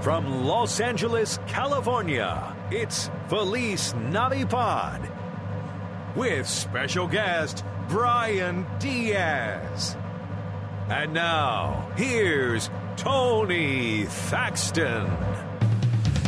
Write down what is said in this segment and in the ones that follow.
From Los Angeles, California, it's Felice Navipod with special guest Brian Diaz. And now, here's Tony Thaxton.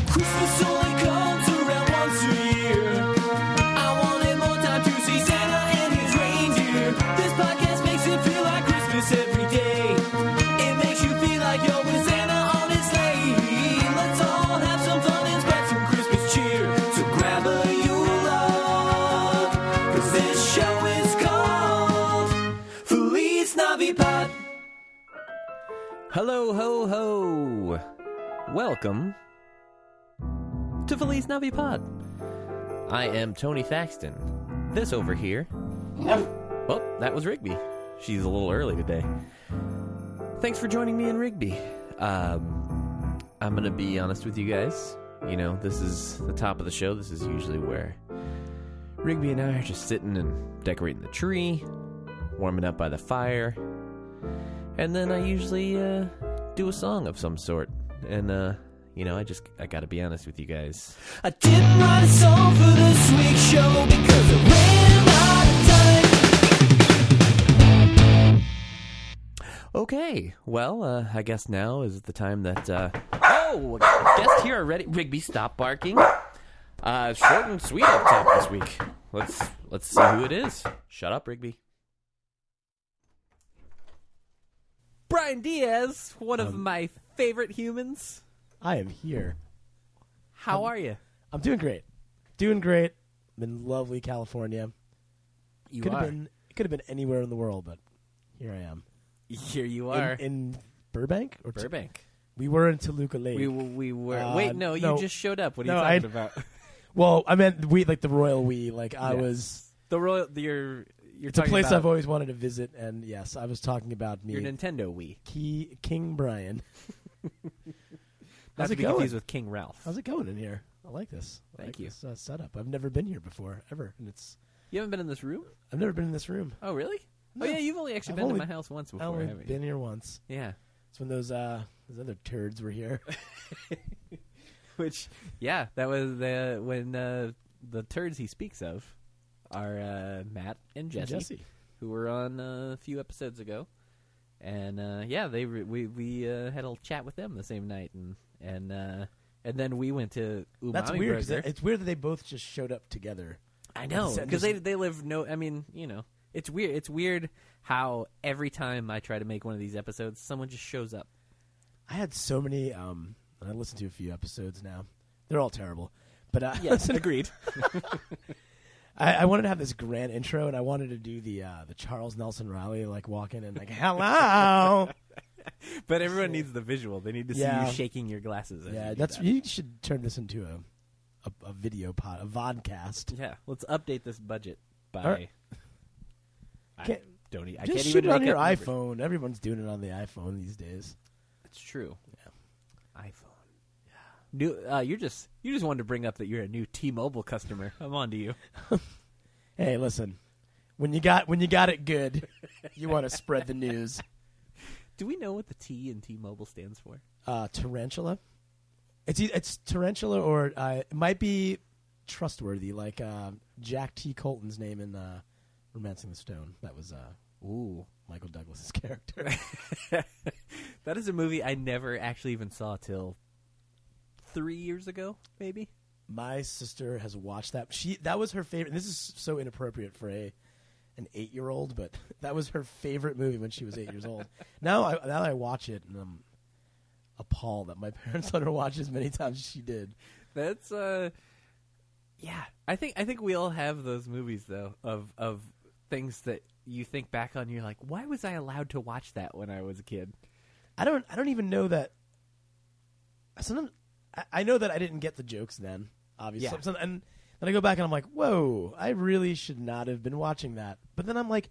Christmas only comes around once a year. I wanted more time to see Santa and his reindeer. This podcast makes it feel like Christmas every day. It makes you feel like you're with Santa on his sleigh. Let's all have some fun and spread some Christmas cheer. So grab a Yule log, 'cause this show is called Feliz Navipod. Hello, ho, ho. Welcome to Feliz Navi Pod. I am Tony Thaxton. This over here. Oh, that was Rigby. She's a little early today. Thanks for joining me and Rigby. Um, I'm going to be honest with you guys. You know, this is the top of the show. This is usually where Rigby and I are just sitting and decorating the tree, warming up by the fire. And then I usually uh, do a song of some sort. And, uh, you know, I just, I got to be honest with you guys. I didn't write a song for this week's show because I ran out of time. Okay, well, uh, I guess now is the time that. Uh, oh, guests here are ready. Rigby, stop barking. Uh, short and sweet up top this week. Let's let's see who it is. Shut up, Rigby. Brian Diaz, one of my favorite humans. I am here. How are you? I'm doing great. Doing great. I'm in lovely California. You Could have been could have been anywhere in the world, but here I am. Here you In- are. In, Burbank or T- Burbank. we were in Toluca Lake. We w- we were. Uh, Wait, no, no. you just showed up. What are No, you I- talking about? well, I meant we like the royal we. Like I Yeah. was. The royal. the- You're you're It's a talking place about I've always wanted to visit, and yes, I was talking about me, your Nintendo Wii. Key, King Brian. Not How's to it be going? confused with King Ralph. How's it going in here? I like this. I Thank like you. This, uh, setup. I've never been here before, ever, and it's. You haven't been in this room? I've never been in this room. Oh, really? No. Oh yeah, you've only actually I've been only- to my house once I've before, only haven't you? been here once. Yeah. It's when those uh those other turds were here. Which yeah, that was the when uh, the turds he speaks of are uh, Matt and Jesse. who were on uh, a few episodes ago, and uh, yeah, they re- we we uh, had a little chat with them the same night, and and uh, and then we went to Umami That's weird. 'cause Burger. it- it's weird that they both just showed up together. I know Send because they us- they live no. I mean, you know, it's weird. It's weird how every time I try to make one of these episodes, someone just shows up. I had so many. Um, and I listened to a few episodes now. They're all terrible, but uh, agreed. I, I wanted to have this grand intro, and I wanted to do the uh, the Charles Nelson Riley like walk in and like hello. But everyone needs the visual. They need to see Yeah. you shaking your glasses. as you yeah, do that's that. you should turn this into a a, a video pod, a vodcast. yeah. Let's update this budget by. Alright. I Can't- don't. e- I can't Just shoot even it on make your up numbers. iPhone. Everyone's doing it on the iPhone these days. It's true. iPhone. New, uh, you're just you just wanted to bring up that you're a new T-Mobile customer. I'm on to you. Hey, listen, when you got when you got it good, you want to spread the news. Do we know what the T in T-Mobile stands for? uh, tarantula. It's e- it's tarantula or uh, it might be trustworthy, like uh, Jack T. Colton's name in uh, *Romancing the Stone*. That was uh, Ooh, Michael Douglas's character. that is a movie I never actually even saw till three years ago, maybe. My sister has watched that. She that was her favorite. And this is so inappropriate for a an eight year old, but that was her favorite movie when she was eight years old. Now I now that I watch it, and I'm appalled that my parents let her watch it as many times as she did. That's uh, yeah. I think I think we all have those movies though of of things that you think back on. You're like, why was I allowed to watch that when I was a kid? I don't. I don't even know that. I Sometimes I, I know that I didn't get the jokes then. Obviously, Yeah. So- and then I go back and I'm like, "Whoa, I really should not have been watching that." But then I'm like,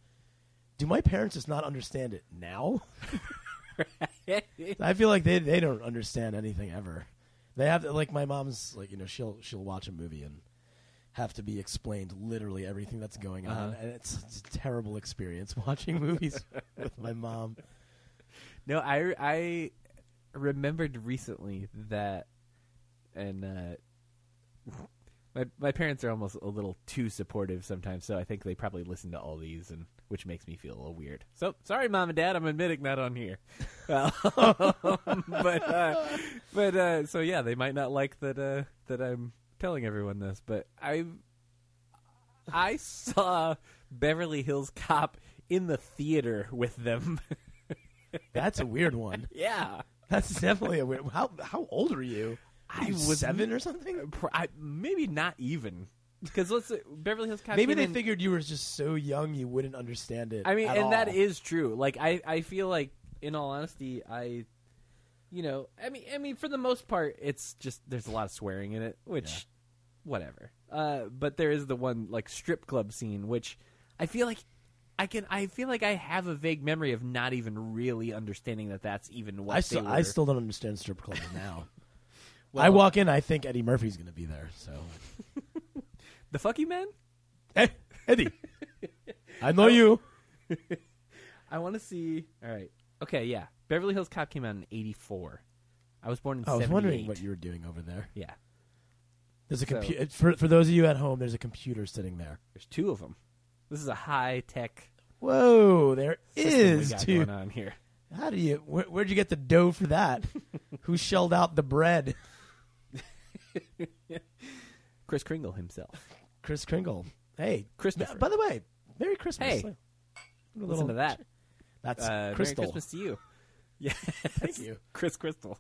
"Do my parents just not understand it now?" I feel like they they don't understand anything ever. They have to, like my mom's like you know she'll she'll watch a movie and have to be explained literally everything that's going on, Uh-huh. and it's, it's a terrible experience watching movies with my mom. No, I I remembered recently that, and uh, my my parents are almost a little too supportive sometimes, so I think they probably listen to all these, and which makes me feel a little weird. So sorry, mom and dad, I'm admitting that on here. Uh, but uh, but uh, so yeah, they might not like that uh, that I'm telling everyone this, but I I saw Beverly Hills Cop in the theater with them. That's a weird one. yeah. That's definitely a weird. How how old are you? I You was- seven or something. Pr- I, maybe not even because let's Beverly Hills Cop. Maybe came they in- figured you were just so young you wouldn't understand it. I mean, at and that all. is true. Like I, I feel like in all honesty, I, you know, I mean, I mean, for the most part, it's just there's a lot of swearing in it, which, whatever. Uh, but there is the one like strip club scene, which I feel like. I can. I feel like I have a vague memory of not even really understanding that that's even what I they still I were- still don't understand strip clubs now. I walk in, I think Eddie Murphy's going to be there. So, the fucky man. hey, Eddie, I know you. I want to see. All right. Okay. Yeah. Beverly Hills Cop came out in '84. I was born in. I was 78. wondering what you were doing over there. Yeah. There's a So- computer for for those of you at home. There's a computer sitting there. There's two of them. This is a high tech Whoa, there we is got two. going on here. How do you? Where, where'd you get the dough for that? Who shelled out the bread? Chris Kringle himself. Chris Kringle. Hey, Christopher. By the way, Merry Christmas. Hey. What a Listen to that. That's Uh, Merry Crystal. Christmas to you. Yeah. Thank you. Chris Crystal.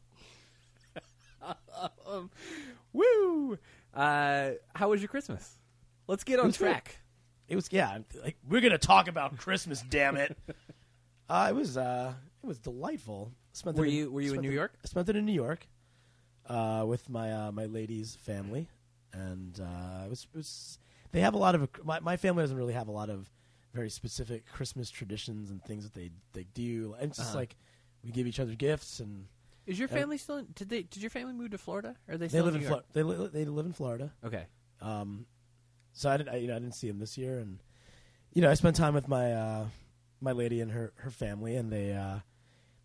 um, woo! Uh, how was your Christmas? Let's get on was great. track. It was yeah. Like we're gonna talk about Christmas. damn it. Uh, it was uh, it was delightful. Spent Were it you- were you in spent New it- York? I spent it in New York uh, with my uh, my lady's family, and uh, it was it was. They have a lot of my my family doesn't really have a lot of very specific Christmas traditions and things that they they do. And it's just like we give each other gifts and Is your Yeah. family still? In, did they? Did your family move to Florida? Or are they they still live in New Flo- York? they li- they live in Florida. Okay. Um, so I didn't, I, you know, I didn't see him this year, and you know, I spent time with my uh, my lady and her her family, and they uh,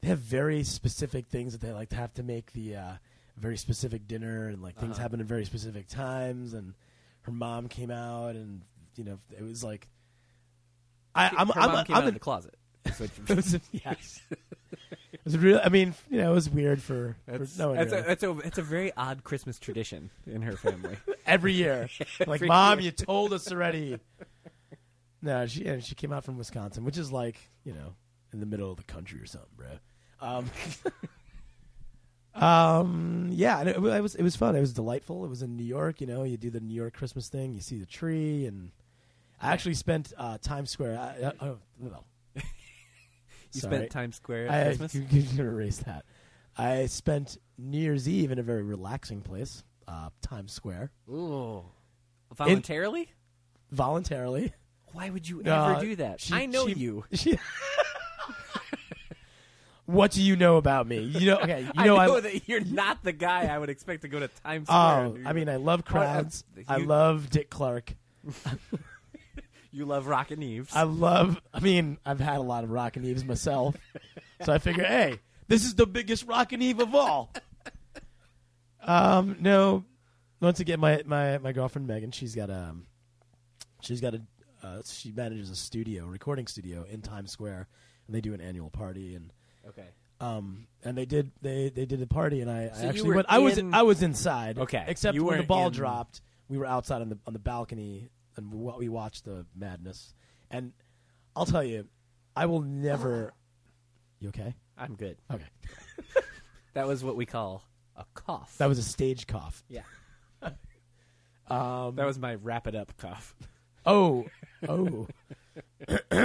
they have very specific things that they like to have to make the uh, very specific dinner, and like things Uh-huh. happen at very specific times, and her mom came out, and you know, it was like. I, I'm, Her I'm, mom I'm, came out of an- the closet. it was a, yes. it was real. I mean, you know, it was weird for, for That's, no one. that's, really. a, that's a that's a very odd Christmas tradition in her family. every year. like, mom, you told us already. No, she and she came out from Wisconsin, which is like you know in the middle of the country or something, bro. Um, um, yeah, and it, it was it was fun. It was delightful. It was in New York. You know, you do the New York Christmas thing. You see the tree, and I actually spent uh, Times Square. I, I, oh, well, You Sorry. spent Times Square at I, Christmas. You, you can erase that. I spent New Year's Eve in a very relaxing place, uh, Times Square, Ooh. Voluntarily? voluntarily. Why would you Uh, ever do that? she- I know she- you. she- what do you know about me? You know, okay, you I know, know I that you're not the guy I would expect to go to Times Square. oh, do I you? mean, I love crowds. uh, you- I love Dick Clark. you love Rockin' Eves. I love. I mean, I've had a lot of Rockin' Eves myself, so I figure, hey, this is the biggest Rockin' Eve of all. Um, no, once again, my my my girlfriend Megan, she's got um, she's got a, uh, she manages a studio, a recording studio in Times Square, and they do an annual party and. okay. Um, and they did they they did the party, and I, So I you actually were went. I was in- I was inside. Okay, except you when the weren't ball in- dropped, we were outside on the on the balcony, and we, wa- we watched the madness. And I'll tell you, I will never. You okay? I'm good. Okay. That was what we call a cough. That was a stage cough. yeah. Um, that was my wrap it up cough. Oh, oh, We're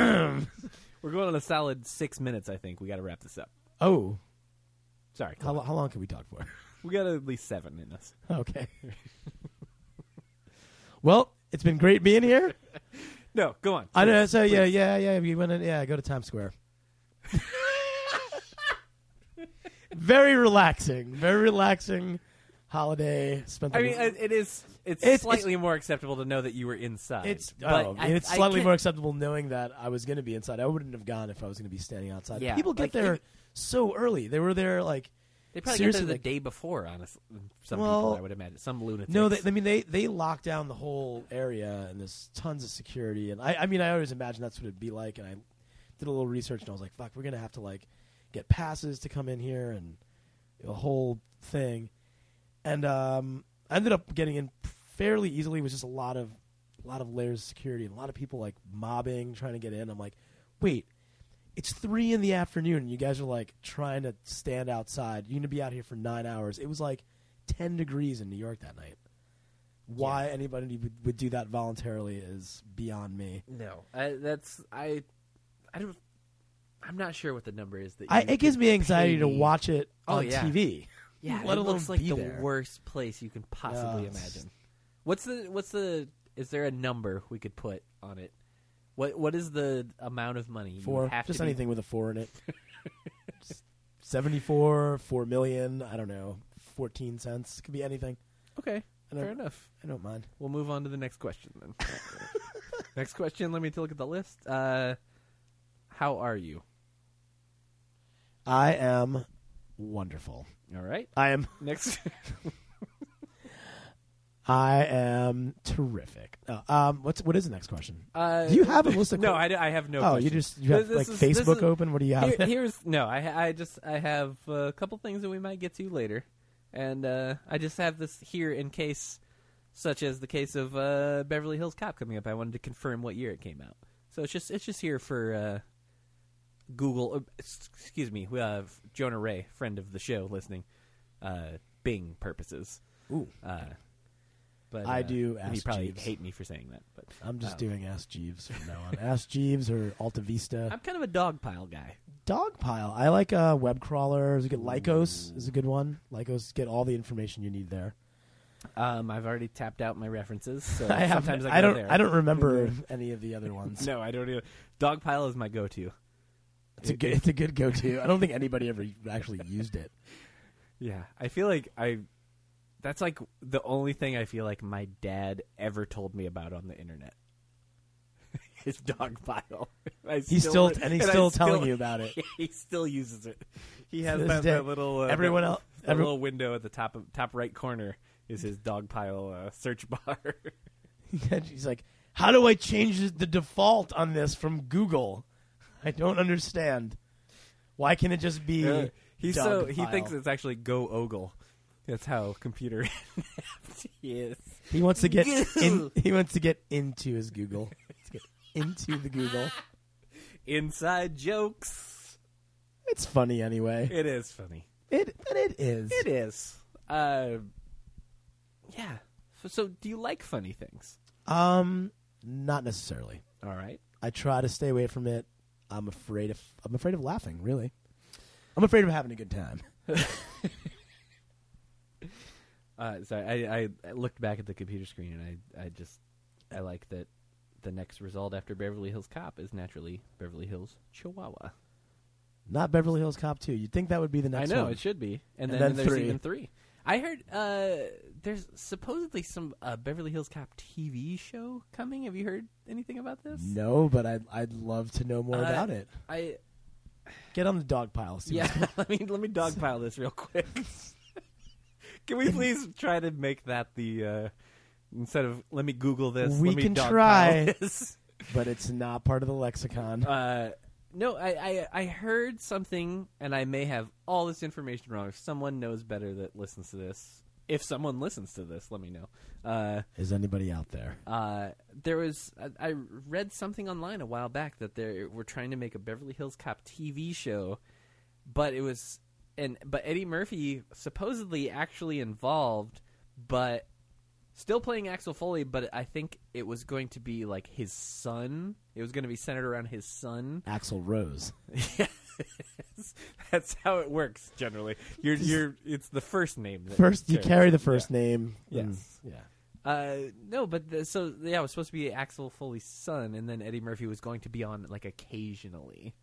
going on a solid six minutes, I think. We got to wrap this up. oh. Sorry. How, lo- how long can we talk for? We got at least seven in us. Okay. well, it's been great being here. No, go on. I know. So yeah, yeah, yeah. You went in, yeah. Go to Times Square. very relaxing. Very relaxing holiday. Spent. The I mean, it it is. It's, It's- slightly more acceptable to know that you were inside. it's but oh, I- it's I slightly get- more acceptable knowing that I was going to be inside. I wouldn't have gone if I was going to be standing outside. Yeah, People get like, there it- so early. They were there like They probably seriously, get there the like- day before, honestly. Some people, Well, I would imagine. Some lunatics. No, they, I mean they they lock down the whole area, and there's tons of security. And I, I mean, I always imagine that's what it'd be like. And I did a little research, and I was like, "Fuck, we're gonna have to like get passes to come in here, and a whole thing." And um, I ended up getting in fairly easily. It was just a lot of a lot of layers of security and a lot of people like mobbing, trying to get in. I'm like, "Wait, it's three in the afternoon and you guys are like trying to stand outside. You're gonna be out here for nine hours. It was like ten degrees in New York that night. Why anybody would, would do that voluntarily is beyond me. No, I, that's I. I don't. I'm not sure what the number is that I, you it gives could me anxiety to pay- watch it Oh, on yeah. TV. Yeah, let it alone looks like be the there. worst place you can possibly Yeah, it's imagine. What's the what's the is there a number we could put on it? What what is the amount of money you Four, would have just to be- anything with a four in it. Just Seventy-four, four million. I don't know, fourteen cents could be anything. Okay, I don't- fair enough. I don't mind. We'll move on to the next question then. next question. Let me take a look at the list. Uh, how are you? I am wonderful. All right. I am Next. I am terrific. Uh, um, what's what is the next question? Uh, Do you have a list of no, que- I, I have no. oh, you questions. just you have This like is- this Facebook is- open. What do you have? Here- here's no. I I just I have a couple things that we might get to later, and uh, I just have this here in case, such as the case of uh, Beverly Hills Cop coming up. I wanted to confirm what year it came out, so it's just it's just here for uh, Google. Uh, s- excuse me, we have Jonah Ray, friend of the show, listening, uh, Bing purposes. Ooh, Uh, but I uh, do and You ask probably Jeeves. hate me for saying that, but I'm just um, doing Ask Jeeves from now on. Ask Jeeves or Alta Vista. I'm kind of a dog pile guy. Dogpile. I like uh, web crawlers. You get Lycos is a good one. Lycos get all the information you need there. Um, I've already tapped out my references. So I have. Sometimes I, I, go don't. There. I don't remember any of the other ones. No, I don't either. Dogpile is my go-to. It's a good. It's a good go-to. I don't think anybody ever actually used it. Yeah, I feel like I. That's like the only thing I feel like my dad ever told me about on the internet. Is Dogpile. I He's still, and he's I still telling you about it. He still uses it. He has this that, day. that little uh, Everyone that- el- that every- little window at the top of, top right corner is his Dogpile uh, search bar. And she's like, "How do I change the default on this from Google? I don't understand. Why can it just be?" Uh, he's so he Dogpile?" thinks it's actually Go Ogle. That's how computer inept he is. he wants to get in, he wants to get into his Google, Let's get into the Google. Inside jokes. It's funny anyway. It is funny. It but it is. It is. Uh, yeah. So, so do you like funny things? Um, not necessarily. All right. I try to stay away from it. I'm afraid of I'm afraid of laughing. Really, I'm afraid of having a good time. Uh, sorry, I, I, I looked back at the computer screen and I, I just I like that the next result after Beverly Hills Cop is naturally Beverly Hills Chihuahua. Not Beverly Hills Cop 2. You'd think that would be the next I know one. it should be, and, And then, then there's three. even three. I heard uh, there's supposedly some uh, Beverly Hills Cop TV show coming. Have you heard anything about this? No, but I'd I'd love to know more Uh, about it. I Get on the dog pile. See Yeah, let me let me dogpile this real quick. can Mm-hmm. we please try to make that the uh, instead of let me Google this? We let me can dogpile try. This. what's- but it's not part of the lexicon. Uh, no, I, I I heard something, and I may have all this information wrong. If someone knows better that listens to this, if someone listens to this, let me know. Uh, Is anybody out there? uh, there was I, I read something online a while back that they were trying to make a Beverly Hills Cop TV show, but it was and but Eddie Murphy supposedly actually involved, but still playing Axel Foley. But I think it was going to be like his son. It was going to be centered around his son. Axel Rose. Yes. That's how it works generally. You're you're it's the first name. That First, you carries. carry the first name. and- Yes. Uh, no, but the, so yeah, it was supposed to be Axel Foley's son, and then Eddie Murphy was going to be on like occasionally.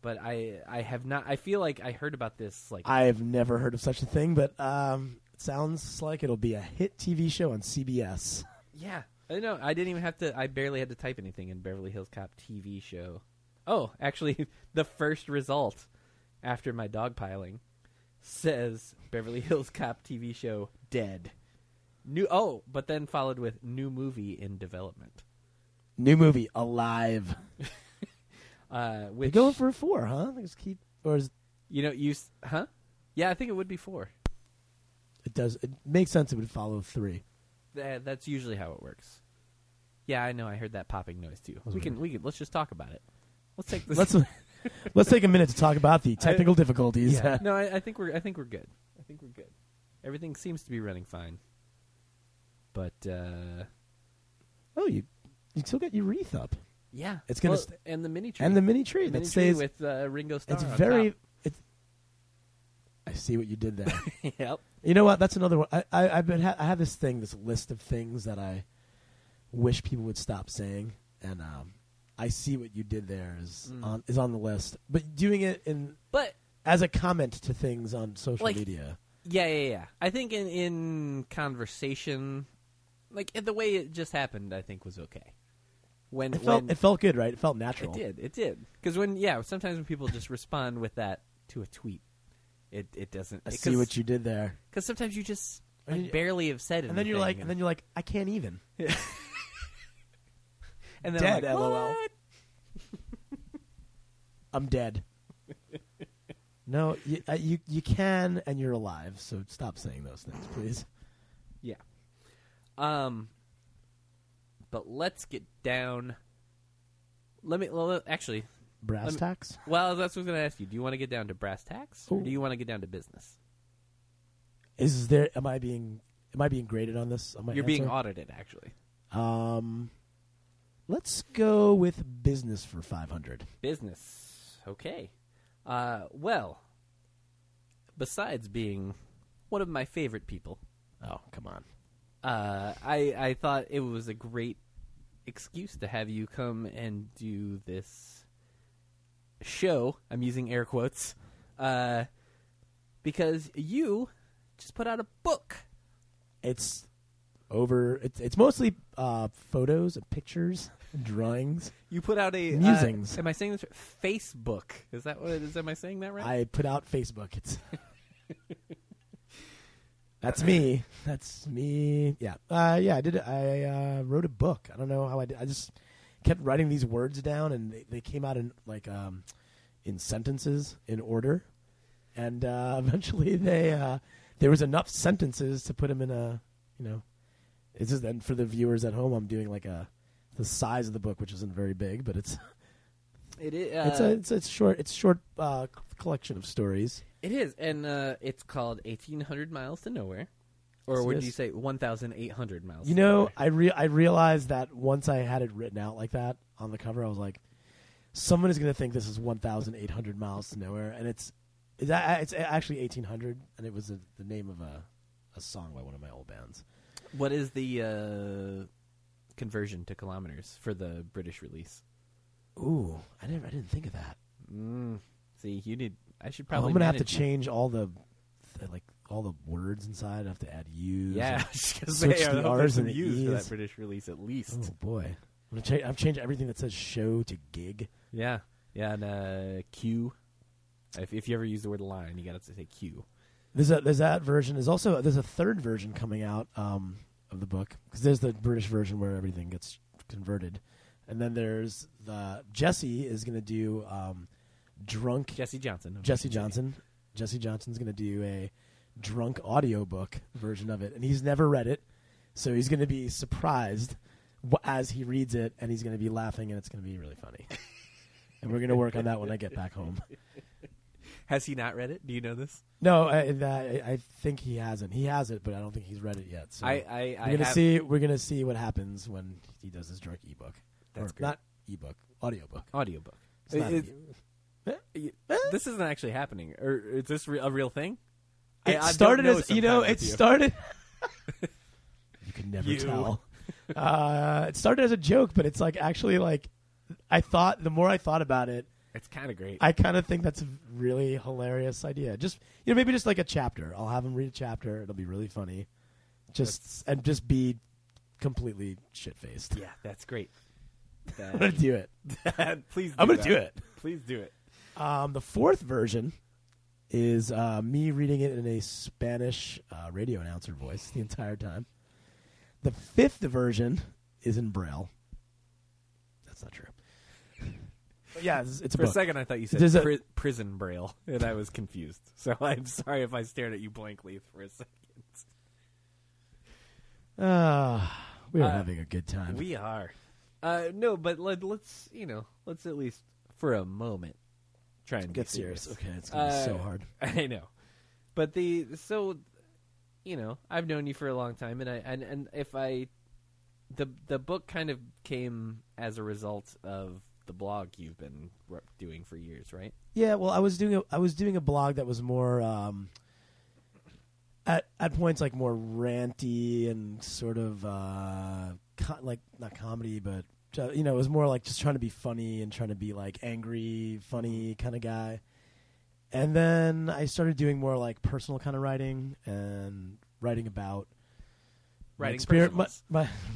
But I, I have not. I feel like I heard about this. Like, I've never heard of such a thing, but um, it sounds like it'll be a hit TV show on CBS. yeah, I know. I didn't even have to. I barely had to type anything in Beverly Hills Cop TV show. Oh, actually, the first result after my dog piling says Beverly Hills Cop TV show dead. New oh, but then followed with new movie in development. New movie, Alive. Uh, We're which going for a four, huh? Let's keep, or is, you know you s- huh? Yeah, I think it would be four. it does. It makes sense. It would follow three. That, that's usually how it works. Yeah, I know. I heard that popping noise too. We can we can let's just talk about it. Let's take this. Let's let's take a minute to talk about the technical difficulties. yeah. no, I, I think we're I think we're good. I think we're good. Everything seems to be running fine. But uh, oh, you you still got your wreath up yeah, It's gonna Well, st- and the mini tree and the mini tree The that mini tree stays. with uh, Ringo Starr. it's on very. It's. I see what you did there. top. yep. You know what? That's another one. I, I I've been ha- I have this thing, this list of things that I wish people would stop saying, and um, I see what you did there is Mm. on is on the list, but doing it in But as a comment to things on social Like- media. Yeah, yeah, yeah. I think in in conversation, like eh, the way it just happened, I think was okay. When It felt when it felt good, right? It felt it natural. did, it did. Because when yeah, sometimes when people just respond with that to a tweet, it it doesn't. I see what you did there, Because sometimes you just And like, you- barely have said it, and then you're like, and then you're like, I can't even. and then I'm dead, like, LOL. "What?" I'm dead. no, you, uh, you you can, and you're alive. So stop saying those things, please. Yeah. Um. But let's get down. Let me well, let- actually. Brass Lemme- tacks. Well, that's what I was going to ask you. Do you want to get down to brass tacks, or Ooh. do you want to get down to business? Is there? Am I being? Am I being graded on this? On my You're being answer? audited, actually. Um, let's go with business for five hundred. Business. Okay. Uh, well, besides being one of my favorite people, Oh, come on. uh, I, I thought it was a great excuse to have you come and do this show. I'm using air quotes. Uh, because you just put out a book. It's over. It's it's mostly uh, photos and pictures, and drawings. You put out a uh, Musings. am I saying this right? Facebook? Is that what it is? Am I saying that right? I put out Facebook. It's that's me. That's me. Yeah. Uh, yeah. I did. I uh, wrote a book. I don't know how I did. I just kept writing these words down, and they, they came out in like um, in sentences in order, and uh, eventually they uh, there was enough sentences to put them in a you know. It's just then for the viewers at home. I'm doing like a the size of the book, which isn't very big, but it's it is. uh, it's a it's, it's short it's short uh, c- collection of stories. It is, and uh, it's called 1,800 Miles to Nowhere. Or Yes, it would is. you say 1,800 Miles You to know, Nowhere? I re- I realized that once I had it written out like that on the cover, I was like, someone is going to think this is one thousand eight hundred miles to nowhere, and it's it's, a- it's actually eighteen hundred, and it was a, the name of a a song by one of my old bands. What is the uh, conversion to kilometers for the British release? Ooh, I never I didn't think of that. Mm, See, you need. I should Oh, probably. I'm gonna have to manage you. change all the, the like all the words inside. I have to add U's. Yeah, I and- was gonna Switch say, I the hope R's there's some and the U's for E's. that British release at least. oh boy, I'm gonna change. I've changed everything that says show to gig. Yeah, yeah, and uh, Q. If, if you ever use the word line, you got to say Q. There's a there's that version. There's also there's a third version coming out um, of the book because there's the British version where everything gets converted, and then there's the Jesse is going to do um, drunk Jesse Johnson. Jesse Johnson. Jesse Johnson's going to do a drunk audiobook version of it, and he's never read it, so he's going to be surprised wh- as he reads it, and he's going to be laughing, and it's going to be really funny. and we're going to work on that when I get back home. Has he not read it? Do you know this? No, I, that, I I think he hasn't. He has it, but I don't think he's read it yet. So I, I, I we're gonna have- see. We're gonna see what happens when he does his drunk ebook. That's or, great. not ebook, audiobook. audiobook. It's not It- e- it- Eh? this isn't actually happening, or is this re- a real thing? I- I it don't started know as you know. It sometimes with you. started. you can never You. tell. Uh, it started as a joke, but it's like actually like I thought. The more I thought about it, It's kind of great. I kind of think that's a really hilarious idea. Just you know, maybe just like a chapter. I'll have him read a chapter. It'll be really funny. Just and just be completely shit faced. yeah, that's great. I'm gonna do it. That- please, do I'm gonna that. do it. Please do it. Um, the fourth version is uh, me reading it in a Spanish uh, radio announcer voice the entire time. The fifth version is in Braille. That's not true. But yeah, it's, it's a For a book. second, I thought you said There's a- pri- prison braille, and I was confused. So I'm sorry if I stared at you blankly for a second. Ah, we are Uh, having a good time. We are. Uh, no, but let, let's you know, let's at least for a moment try and Get be serious. serious. Okay, it's gonna be so Uh, hard. I know, but the so, you know, I've known you for a long time, and I and, and if I, the the book kind of came as a result of the blog you've been rep- doing for years, right? Yeah, well, I was doing a I was doing a blog that was more um, at at points like more ranty and sort of uh, co- like not comedy, but ju- you know, it was more like just trying to be funny and trying to be like angry, funny kind of guy. And then I started doing more like personal kind of writing and writing about my Writing exper- my, personals.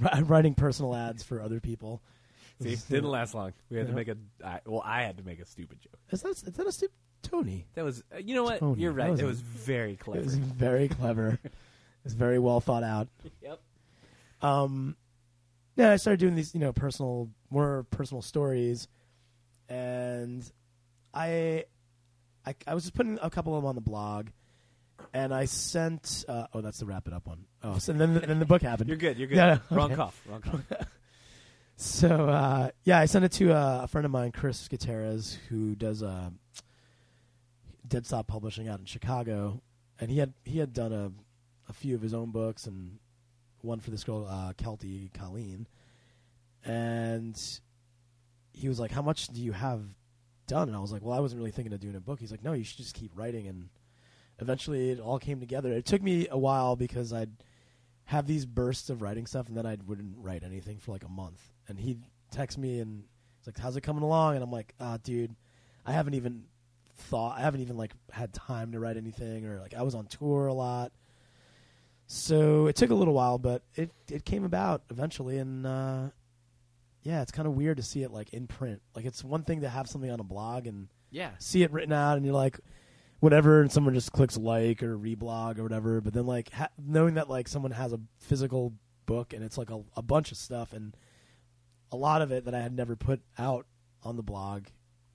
my, writing personal ads for other people. See, didn't last long. We had to Yeah. make a I, well, I had to make a stupid joke. Is that is that a stu- Tony? That was uh, you know what? Tony, You're that right. was it a- was very clever. It was very clever. it's very well thought out. Yep. Um, yeah, I started doing these, you know, personal, more personal stories, and I, I, I was just putting a couple of them on the blog, and I sent. Uh, oh, that's the wrap it up one. Oh, so then, then the book happened. You're good. You're good. Yeah, Wrong okay. cough. Wrong cough. So uh, yeah, I sent it to uh, a friend of mine, Chris Gutierrez, who does uh, Dead Stop Publishing out in Chicago, and he had he had done a, a few of his own books and one for this girl uh, Kelty Colleen, and he was like, "How much do you have done?" And I was like, "Well, I wasn't really thinking of doing a book." He's like, "No, you should just keep writing." And eventually, it all came together. It took me a while because I'd have these bursts of writing stuff, and then I wouldn't write anything for like a month. And he'd text me and he's like, "How's it coming along?" And I'm like, "Ah, dude, I haven't even thought. I haven't even like had time to write anything, or like I was on tour a lot." So it took a little while, but it it came about eventually, and uh, yeah, it's kind of weird to see it like in print. Like it's one thing to have something on a blog and Yeah. see it written out and you're like whatever and someone just clicks like or reblog or whatever but then like ha- knowing that like someone has a physical book and it's like a, a bunch of stuff and a lot of it that i had never put out on the blog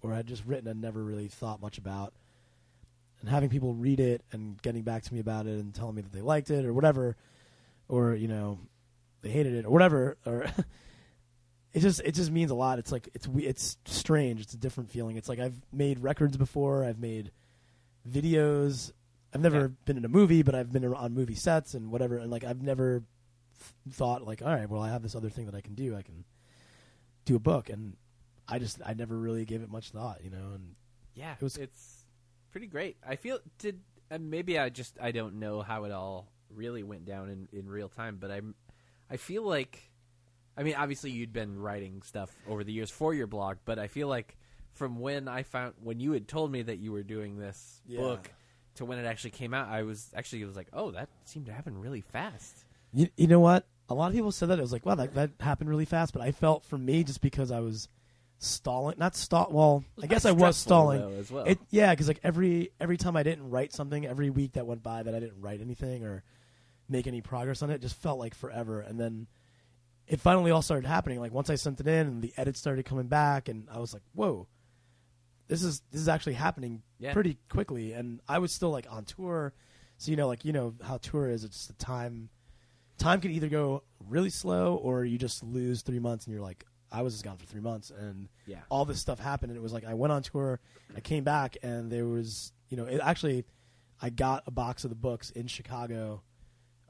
or had just written and never really thought much about and having people read it and getting back to me about it and telling me that they liked it or whatever or you know they hated it or whatever or it just it just means a lot it's like it's we- it's strange it's a different feeling it's like i've made records before i've made videos i've never Yeah. been in a movie but i've been ar- on movie sets and whatever and like i've never th- thought like all right well i have this other thing that i can do i can do a book and i just i never really gave it much thought you know and Yeah, It was- it's pretty great. I feel did uh, maybe I just I don't know how it all really went down in, in real time, but I'm I feel like I mean obviously you'd been writing stuff over the years for your blog, but I feel like from when I found when you had told me that you were doing this Yeah. book to when it actually came out, I was actually it was like, oh, that seemed to happen really fast. You, you know what? A lot of people said that. It was like, wow, that, that happened really fast. But I felt for me, just because I was stalling, not stall. Well, I guess I Stressful, was stalling. though, as well. It, yeah, because like every every time I didn't write something, every week that went by that I didn't write anything or make any progress on it, just felt like forever. And then it finally all started happening. Like once I sent it in, and the edits started coming back, and I was like, whoa, this is this is actually happening Yeah. pretty quickly. And I was still like on tour, so you know, like you know how tour is. It's just the time time can either go really slow or you just lose three months and you're like i was just gone for three months and Yeah. all this stuff happened and it was like i went on tour i came back and there was you know it actually i got a box of the books in chicago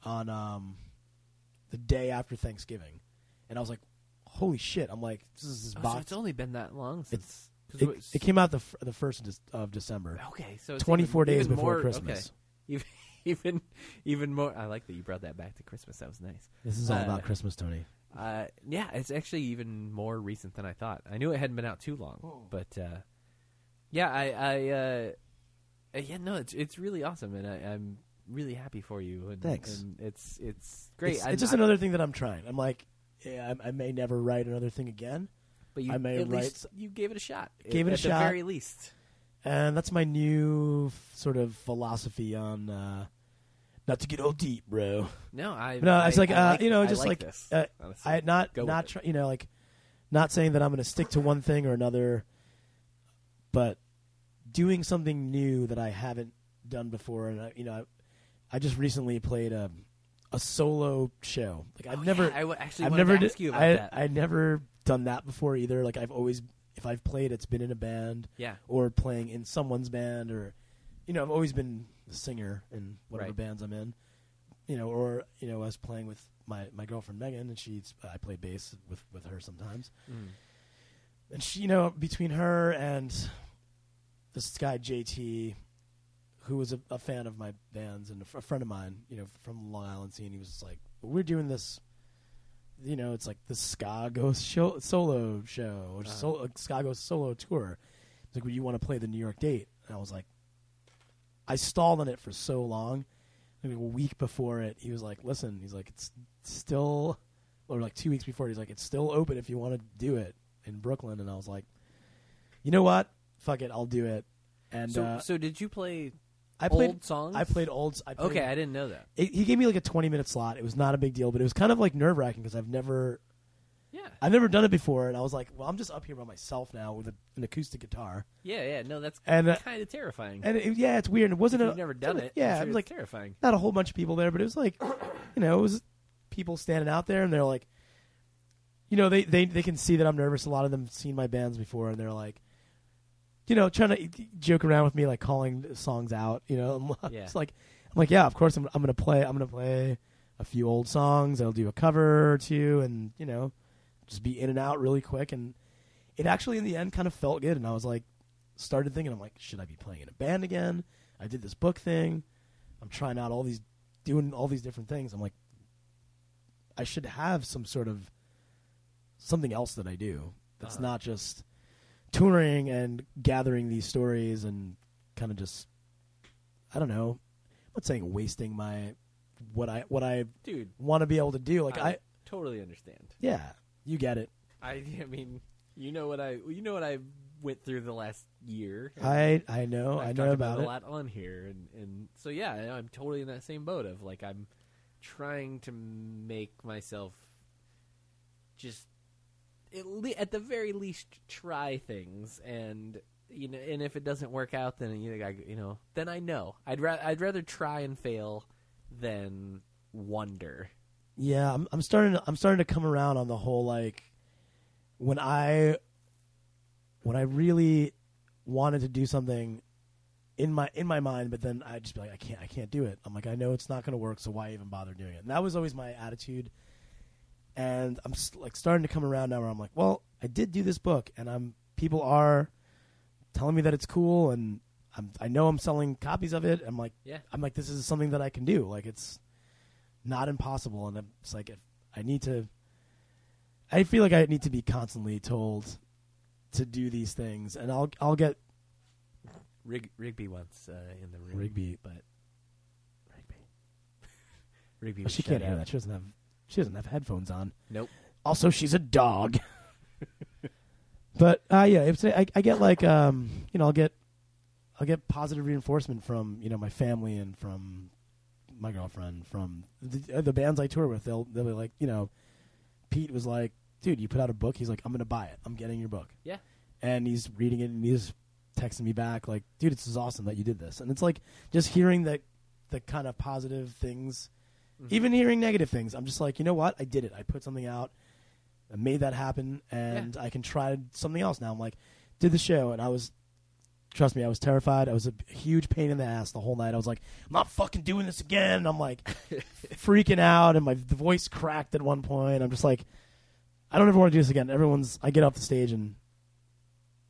on um the day after thanksgiving and i was like holy shit i'm like this is this Oh, so box it's only been that long since 'cause it, was- Oh, it came out the f- the first of Dec- of december Okay, so it's 24 even- days even before more- Christmas. okay. Even, even even more. I like that you brought that back to Christmas. That was nice. this is all Uh, about christmas tony Uh, yeah, it's actually even more recent than I thought. I knew it hadn't been out too long, but uh, yeah, I, I uh, uh, yeah, no, it's it's really awesome, and I, I'm really happy for you. And, Thanks. And it's it's great. it's, I- it's just I- another thing that i'm trying i'm like yeah, I, I may never write another thing again but you, I may at write- least you gave it a shot. Gave it a at shot. the very least. And that's my new f- sort of philosophy on uh, not to get all deep, bro. No, I No, I, it's like, I uh, you know, I just like, this, uh, honestly. I not Go not with it. try, you know like not saying that I'm going to stick to one thing or another, but doing something new that I haven't done before, and I, you know, I, I just recently played a a solo show. Like I've Oh, never, yeah, I w- actually I've wanted never, to di- ask you about I, that. I never done that before either. Like I've always, if I've played, it's been in a band, Yeah. or playing in someone's band, or you know, I've always been the singer in whatever Right. bands I'm in you know, or you know, I was playing with my, my girlfriend Megan, and she's I play bass with with her sometimes, and she, you know, between her and this guy JT, who was a, a fan of my bands and a, fr- a friend of mine, you know, from Long Island scene, he was just like, "We're doing this." You know, it's like the ska goes show, solo show, or sol- uh, ska goes solo tour. It's like, well, you want to play the New York date? And I was like, I stalled on it for so long. Maybe a week before it, he was like, "Listen," he's like, "It's still," or like two weeks before, it, he's like, "It's still open if you want to do it in Brooklyn." And I was like, "You know what? Fuck it, I'll do it." And so, uh, so did you play? I played old songs? I played old. s- I played, Okay, I didn't know that. it- he gave me like a twenty minute slot. It was not a big deal, but it was kind of like nerve wracking because I've never Yeah, I've never done it before, and I was like, "Well, I'm just up here by myself now with a, an acoustic guitar." yeah, yeah. No, that's And, uh, kind of terrifying. And it, yeah, it's weird. It wasn't. If a, you've never done it. Yeah, I'm it sure was it's like terrifying. not a whole bunch of people there, but it was like, you know, it was people standing out there, and they're like, you know, they they they can see that I'm nervous. A lot of them have seen my bands before, and they're like, you know, trying to joke around with me, like calling songs out. You know, I'm Yeah. just like, I'm like, yeah, of course, I'm I'm gonna play, I'm gonna play a few old songs. I'll do a cover or two, and you know, just be in and out really quick. And it actually in the end kind of felt good, and I was like, started thinking, I'm like, should I be playing in a band again? I did this book thing. I'm trying out all these, doing all these different things. I'm like, I should have some sort of something else that I do that's Uh-huh. not just touring and gathering these stories and kind of just, I don't know, I'm not saying wasting my what I what I Dude, want to be able to do. Uh-huh. Like I, totally understand. yeah, you get it. I, I mean, you know what I you know what I went through the last year. I I know I've Oh, I talked know about a it. lot on here, and and so yeah, I- I'm totally in that same boat of like I'm trying to make myself just at, le- at the very least try things, and you know, and if it doesn't work out, then you know, I, you know then I know I'd ra- I'd rather try and fail than wonder. Yeah, I'm, I'm starting. To, I'm starting to come around on the whole like when I when I really wanted to do something in my in my mind, but then I'd just be like, I can't, I can't do it. I'm like, I know it's not going to work, so why even bother doing it? And that was always my attitude. And I'm s- like starting to come around now, where I'm like, well, I did do this book, and I'm people are telling me that it's cool, and I'm I know I'm selling copies of it. I'm like, Yeah. I'm like, this is something that I can do. Like, it's not impossible, and I'm it's like, if I need to. I feel like I need to be constantly told to do these things, and I'll I'll get Rig- Rigby once uh, in the room. Rigby, but Rigby. But was Oh, she can't shut hear out. that. She doesn't have she doesn't have headphones on. Nope. Also, she's a dog. but uh, yeah, it's, I, I get like um, you know I'll get I'll get positive reinforcement from you know my family and from my girlfriend from the, uh, the bands I tour with. They'll they'll be like you know Pete was like, dude, you put out a book. He's like, I'm gonna buy it. I'm getting your book. Yeah. And he's reading it and he's texting me back like, dude, this is awesome that you did this. And it's like just hearing that the kind of positive things, Mm-hmm. even hearing negative things. I'm just like, you know what? I did it. I put something out. I made that happen, and I can try something else now. I'm like, did the show, and I was, trust me, I was terrified. I was a huge pain in the ass the whole night. I was like, I'm not fucking doing this again. And I'm like, freaking out, and my the voice cracked at one point. I'm just like, I don't ever want to do this again. Everyone's, I get off the stage, and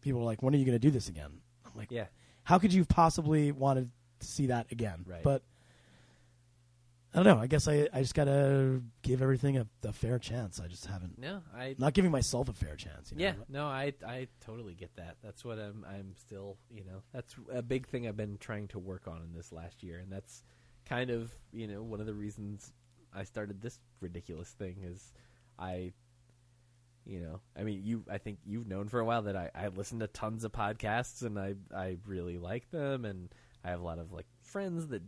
people are like, when are you going to do this again? I'm like, Yeah. how could you possibly want to see that again? Right. But I don't know. I guess I, I just gotta give everything a, a fair chance. I just haven't No, I not giving myself a fair chance. You know? Yeah, no, I I totally get that. That's what I'm I'm still, you know, that's a big thing I've been trying to work on in this last year and that's kind of, you know, one of the reasons I started this ridiculous thing is I You know, I mean, you. I think you've known for a while that I, I listen to tons of podcasts and I I really like them, and I have a lot of like friends that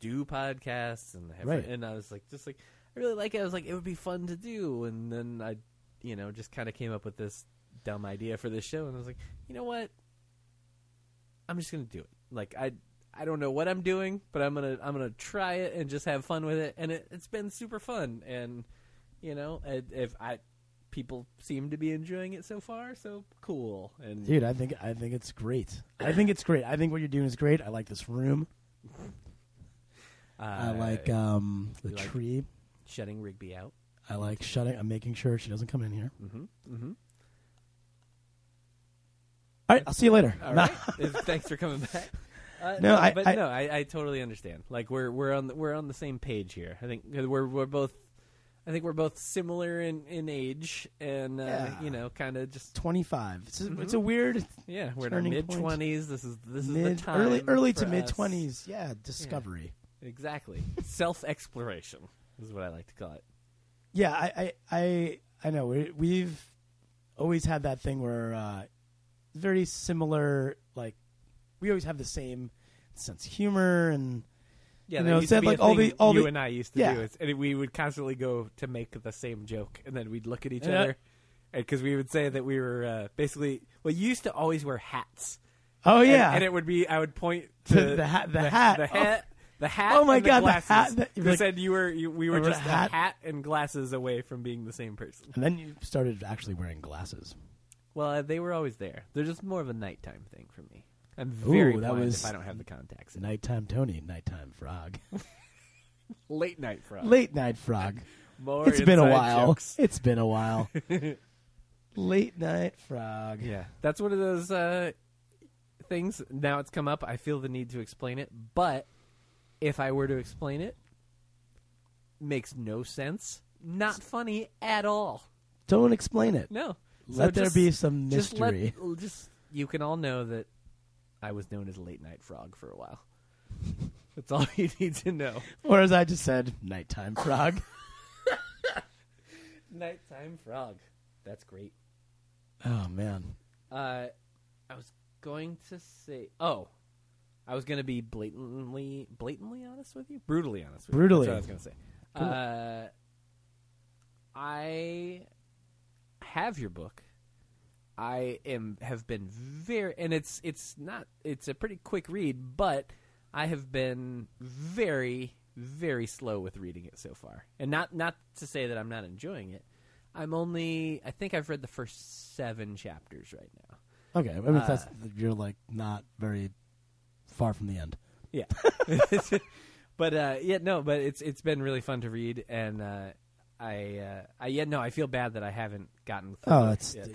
do podcasts, and have, Right. And I was like, just like I really like it. I was like, it would be fun to do, and then I, you know, just kind of came up with this dumb idea for this show, and I was like, you know what, I'm just gonna do it. Like I I don't know what I'm doing, but I'm gonna I'm gonna try it and just have fun with it. And it, it's been super fun. And you know, it, if I people seem to be enjoying it so far, so cool. And Dude, I think I think it's great. I think it's great. I think what you're doing is great. I like this room. I like um, the you like- tree. uh, shutting Rigby out. I like shutting. I'm making sure she doesn't come in here. Mm-hmm. Mm-hmm. All right, I'll see you later. All right. Thanks for coming back. Uh, No, I- but I- no, I, I totally understand. Like we're we're on the, we're on the same page here. I think we're we're both, I think we're both similar in in age and uh, Yeah. you know, kind of just 25. It's a, it's a weird Yeah, we're in our turning mid point. twenties. This is this is mid Mm-hmm. the time early early to for mid us. 20s. Yeah, discovery. Exactly, self exploration is what I like to call it. Yeah, I I I, I know we, we've always had that thing where uh, very similar. Like we always have the same sense of humor and Yeah, You that know, used to said, be a like, all thing the- all you the- and I used to yeah. do, is, and we would constantly go to make the same joke, and then we'd look at each Yeah. other, because we would say that we were uh, basically. Well, you used to always wear hats. oh And- yeah, and, it would be I would point To to, the hat- the hat. the hat. The hat. Oh my and the, God, the glasses. hat that- They like- said you were you, we were Remember just the a hat? hat and glasses away from being the same person. and then you started actually wearing glasses. Well, uh, they were always there. They're just more of a nighttime thing for me. I'm Ooh, very that blind was- if I don't have the contacts. in. Nighttime Tony, nighttime frog, Late night frog. late night frog. More it's been a inside while. jokes. It's been a while. late night frog. Yeah, that's one of those uh, things. Now it's come up. I feel the need to explain it, but if I were to explain it, makes no sense. Not funny at all. Don't explain it. No. Let there just- be some just let- mystery. just you can all know that I was known as late night frog for a while. That's all you need to know. Or as I just said, nighttime frog. Nighttime frog. That's great. oh man. Uh, I was going to say. Oh, I was going to be blatantly, blatantly honest with you, brutally honest with Brutally. you. That's what I was going to say. Uh, I have your book. I am have been very, and it's it's not it's a pretty quick read, but I have been very very slow with reading it so far, and not not to say that I'm not enjoying it. I'm only I think I've read the first seven chapters right now. Okay, I mean, that's you're like not very far from the end. Yeah. but uh, yeah, no, but it's it's been really fun to read, and uh, I uh, I yeah no, I feel bad that I haven't gotten. further Oh, it's yet.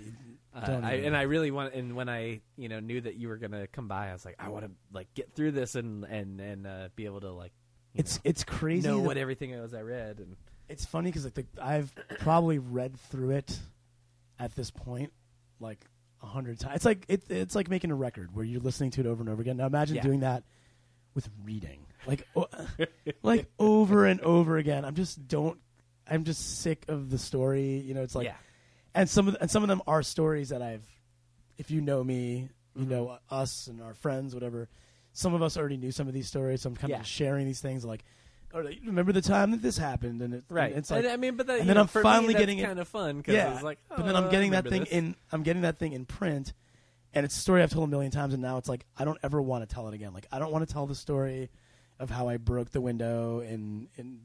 Uh, don't I, even- and I really want, and when I you know knew that you were gonna come by, I was like, I want to like get through this and and and uh, be able to like you it's it's crazy. know, know that- what everything was I read and it's funny because like the, I've probably read through it at this point like a hundred times. It's like it, it's like making a record where you're listening to it over and over again. Now imagine Yeah. doing that with reading, like o- like over and over again. I'm just don't. I'm just sick of the story. You know, it's like yeah, and some of the, and some of them are stories that I've, if you know me, you Mm-hmm. know uh, us and our friends, whatever. Some of us already knew some of these stories, so I'm kind Yeah. of just sharing these things. Like, oh, like, remember the time that this happened, and it, right. And it's like, I mean, but that, and you then know, I'm for finally me, that's getting it- kind of fun because yeah. it's like, but then "Oh, I'm I getting that thing remember this." in. I'm getting that thing in print, and it's a story I've told a million times, and now it's like I don't ever want to tell it again. Like I don't want to tell the story of how I broke the window and and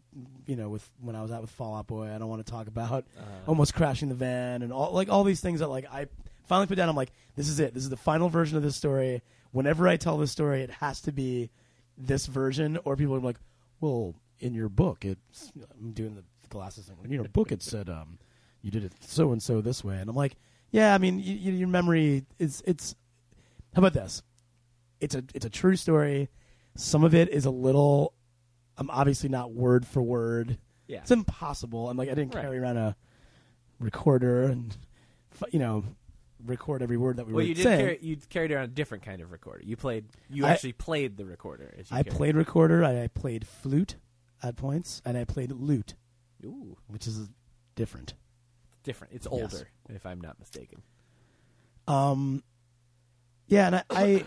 you know with when I was out with Fall Out Boy. I don't want to talk about Uh-huh. almost crashing the van and all like all these things that like I finally put down. I'm like, this is it. This is the final version of this story. Whenever I tell this story, it has to be this version, or people are like, well, in your book, it's I'm doing the glasses thing. In your book, it said um, you did it so and so this way, and I'm like, yeah. I mean, you, you, your memory is it's. How about this? It's a it's a true story. Some of it is a little. I'm obviously not word for word. Yeah. it's impossible. I'm like I didn't Right. carry around a recorder and f- you know record every word that we Well, were you did saying. carry, you carried around a different kind of recorder. You played. You I- actually played the recorder. As you I carried. played recorder. I, I played flute at points, and I played lute, Ooh, which is different. different. It's older, if I'm not mistaken. Um, yeah, and I, I,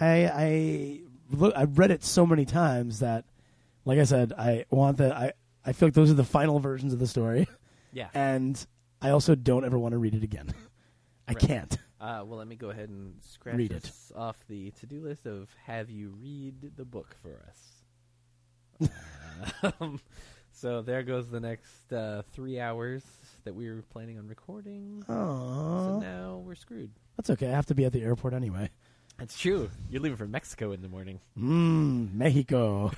I, I look. I've read it so many times that, like I said, I want the. I I feel like those are the final versions of the story, Yeah. and I also don't ever want to read it again. I can't. Uh, well, let me go ahead and scratch Read it. this off the to-do list of have you read the book for us. um, so there goes the next uh, three hours that we were planning on recording. So Oh, now we're screwed. that's okay. I have to be at the airport anyway. That's true. You're leaving for Mexico in the morning. Mmm, Mexico,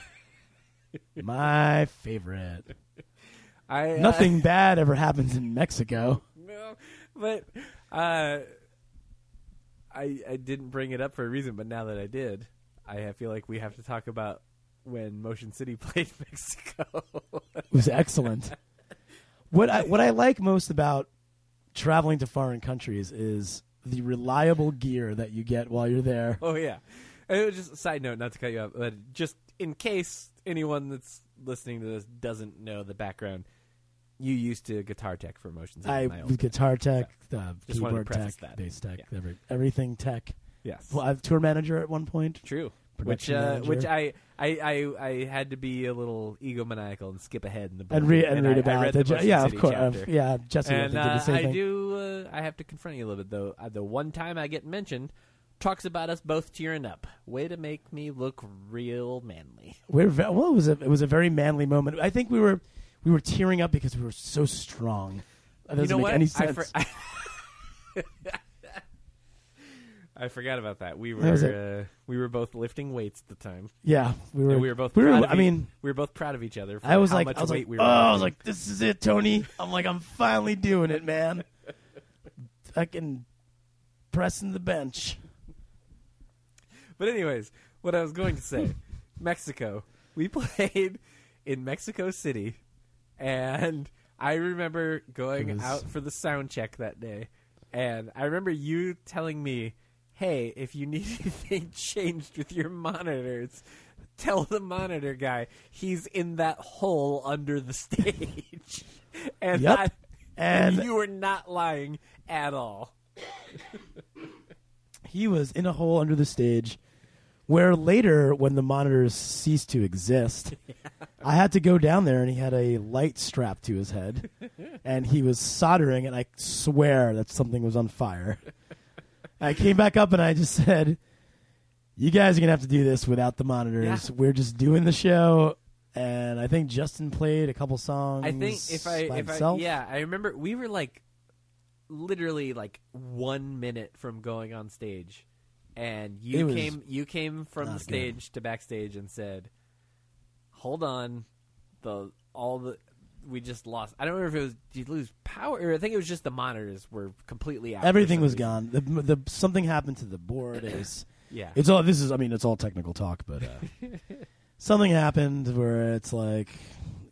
my favorite. I uh, Nothing bad ever happens in Mexico. no, but uh, I I didn't bring it up for a reason. But now that I did, I feel like we have to talk about when Motion City played Mexico. It was excellent. what I what I like most about traveling to foreign countries is the reliable gear that you get while you're there. Oh yeah. And it was just a side note, not to cut you off, but just in case anyone that's listening to this doesn't know the background, you used to guitar tech for motions. I my with guitar tech, uh, Just wanted to keyboard tech, preface that. bass tech, Yeah. every, everything tech. yes, Well, I have tour manager at one point. true. Which Production uh, manager. which I, I I I had to be a little egomaniacal and skip ahead in the book And, re- and, read I- about I read the, the ju- Motion yeah, of City course, chapter. yeah. Jesse I And think, did the uh, same I thing. do. Uh, I have to confront you a little bit, though. Uh, the one time I get mentioned talks about us both cheering up. Way to make me look real manly. We're ve- well, it was a it was a very manly moment. I think we were we were tearing up because we were so strong. That doesn't you know make what? any I, sense. for- I forgot about that. We That was were uh, we were both lifting weights at the time. yeah, we were And we were both. we proud were of I e- mean we were both proud of each other. For I was how like, much I was weight like, we were oh, I was lifting. like, this is it, Tony. I'm like, I'm finally doing it, man. Fucking pressing the bench. But anyways, what I was going to say, Mexico. We played in Mexico City, and I remember It going was- out for the sound check that day, and I remember you telling me, "Hey, if you need anything changed with your monitors." Tell the monitor guy he's in that hole under the stage, and Yep. I, And- you were not lying at all. He was in a hole under the stage, where later, when the monitors ceased to exist, I had to go down there, and he had a light strapped to his head, and he was soldering, and I swear that something was on fire. I came back up, and I just said, "You guys are gonna have to do this without the monitors. Yeah. We're just doing the show." And I think Justin played a couple songs. I think if I by if himself. I yeah, I remember we were like literally like one minute from going on stage, and It you was came you came from the not good. stage to backstage and said, "Hold on, the all the." We just lost. I don't remember if it was. Did you lose power? Or I think it was just the monitors were completely out. for Everything some was reason. gone. The, the something happened to the board. It was, Yeah. It's all. This is. I mean, it's all technical talk, but uh, something happened where it's like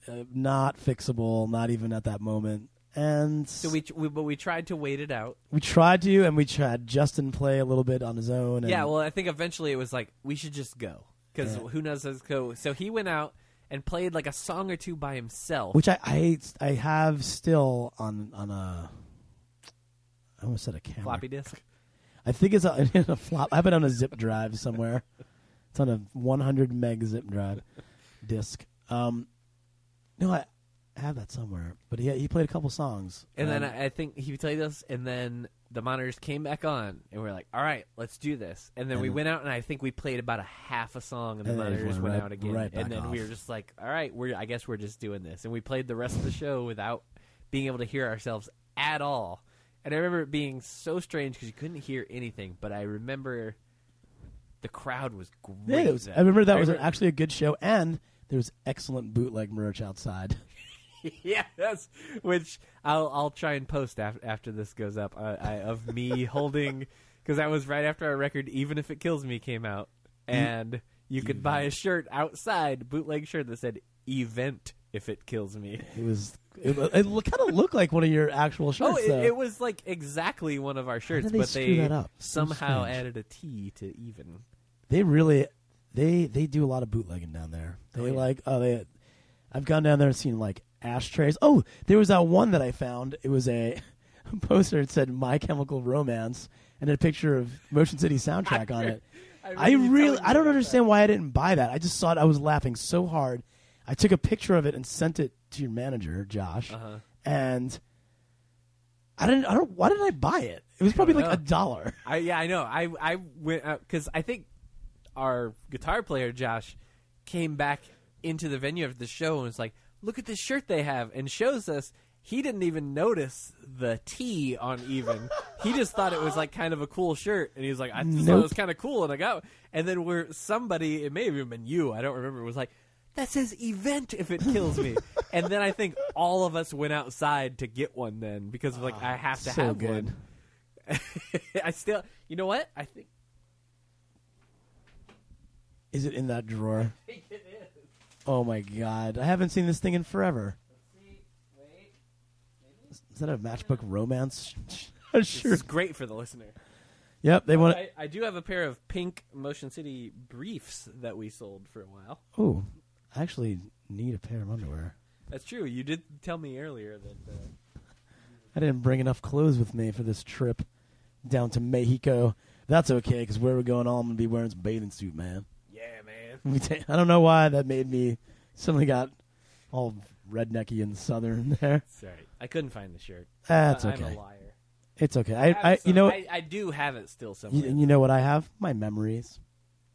uh, not fixable, not even at that moment. And So we, we but we tried to wait it out. we tried to, and we tried Justin play a little bit on his own. And Yeah, well, I think eventually it was like we should just go because Yeah. who knows us go. So he went out and played like a song or two by himself. which I, I I have still on on a. I almost said a camera. floppy disk. I think it's on- in a flop. I have it on a zip drive somewhere. It's on a 100 meg zip drive disc. Um, no, I, I have that somewhere. But he he played a couple songs, And then Um, I I think he played this, and then the monitors came back on, and we are like, "All right, let's do this." And then we And- went out, and I think we played about a half a song, and the And then it monitors went went right- out again. right back and then we off. were just like, "All right, we're I guess we're just doing this." And we played the rest of the show without being able to hear ourselves at all. And I remember it being so strange because you couldn't hear anything. But I remember the crowd was Yeah, great. it was- then. I remember that was remember- actually a good show, and there was excellent bootleg merch outside. yeah, that's which I'll I'll try and post after after this goes up uh, I, of me holding because that was right after our record. Even if it kills me came out, and you could buy a shirt outside bootleg shirt that said "Event if it kills me." It was it, wa- it kind of looked like one of your actual shirts. Oh, it, though. it was like exactly one of our shirts, they but screw they that up? So somehow strange. added a T to even. they really they they do a lot of bootlegging down there. They yeah. like oh they I've gone down there and seen like ashtrays. Oh, there was that one that I found. It was a poster. It said "My Chemical Romance" and had a picture of Motion City soundtrack on it. remember I you really, telling me I don't about understand why I didn't buy that. I just saw it. I was laughing so hard. I took a picture of it and sent it to your manager, Josh, Uh-huh. and I didn't. I don't. Why did I buy it? It was probably like know. a dollar. I yeah, I know. I I went out because I think our guitar player Josh came back into the venue after the show and was like, "Look at this shirt they have," and shows us. He didn't even notice the T on even. he just thought it was like kind of a cool shirt, and he was like, "I just thought it was Nope. kind of cool," and I got. And then where somebody, it may have even been you, I don't remember, was like. That says event if it kills me, and then I think all of us went outside to get one then because like I have to so have good. one. I still, you know what? I think Is it in that drawer? Oh my god! I haven't seen this thing in forever. Is that a matchbook romance? sure. this is great for the listener. Yep, they want. I, I do have a pair of pink Motion City briefs that we sold for a while. Oh, I actually need a pair of underwear. That's true. You did tell me earlier that. Uh, I didn't bring enough clothes with me for this trip down to Mexico. That's okay, because where we're going, all I'm gonna be wearing is a bathing suit, man. yeah, man. We ta- I don't know why that made me suddenly got all rednecky and southern there. Sorry, I couldn't find the shirt. That's I- I'm okay. a liar. It's okay. I have I, I it you know, some- I, I do have it still you, somewhere. you know what I have? My memories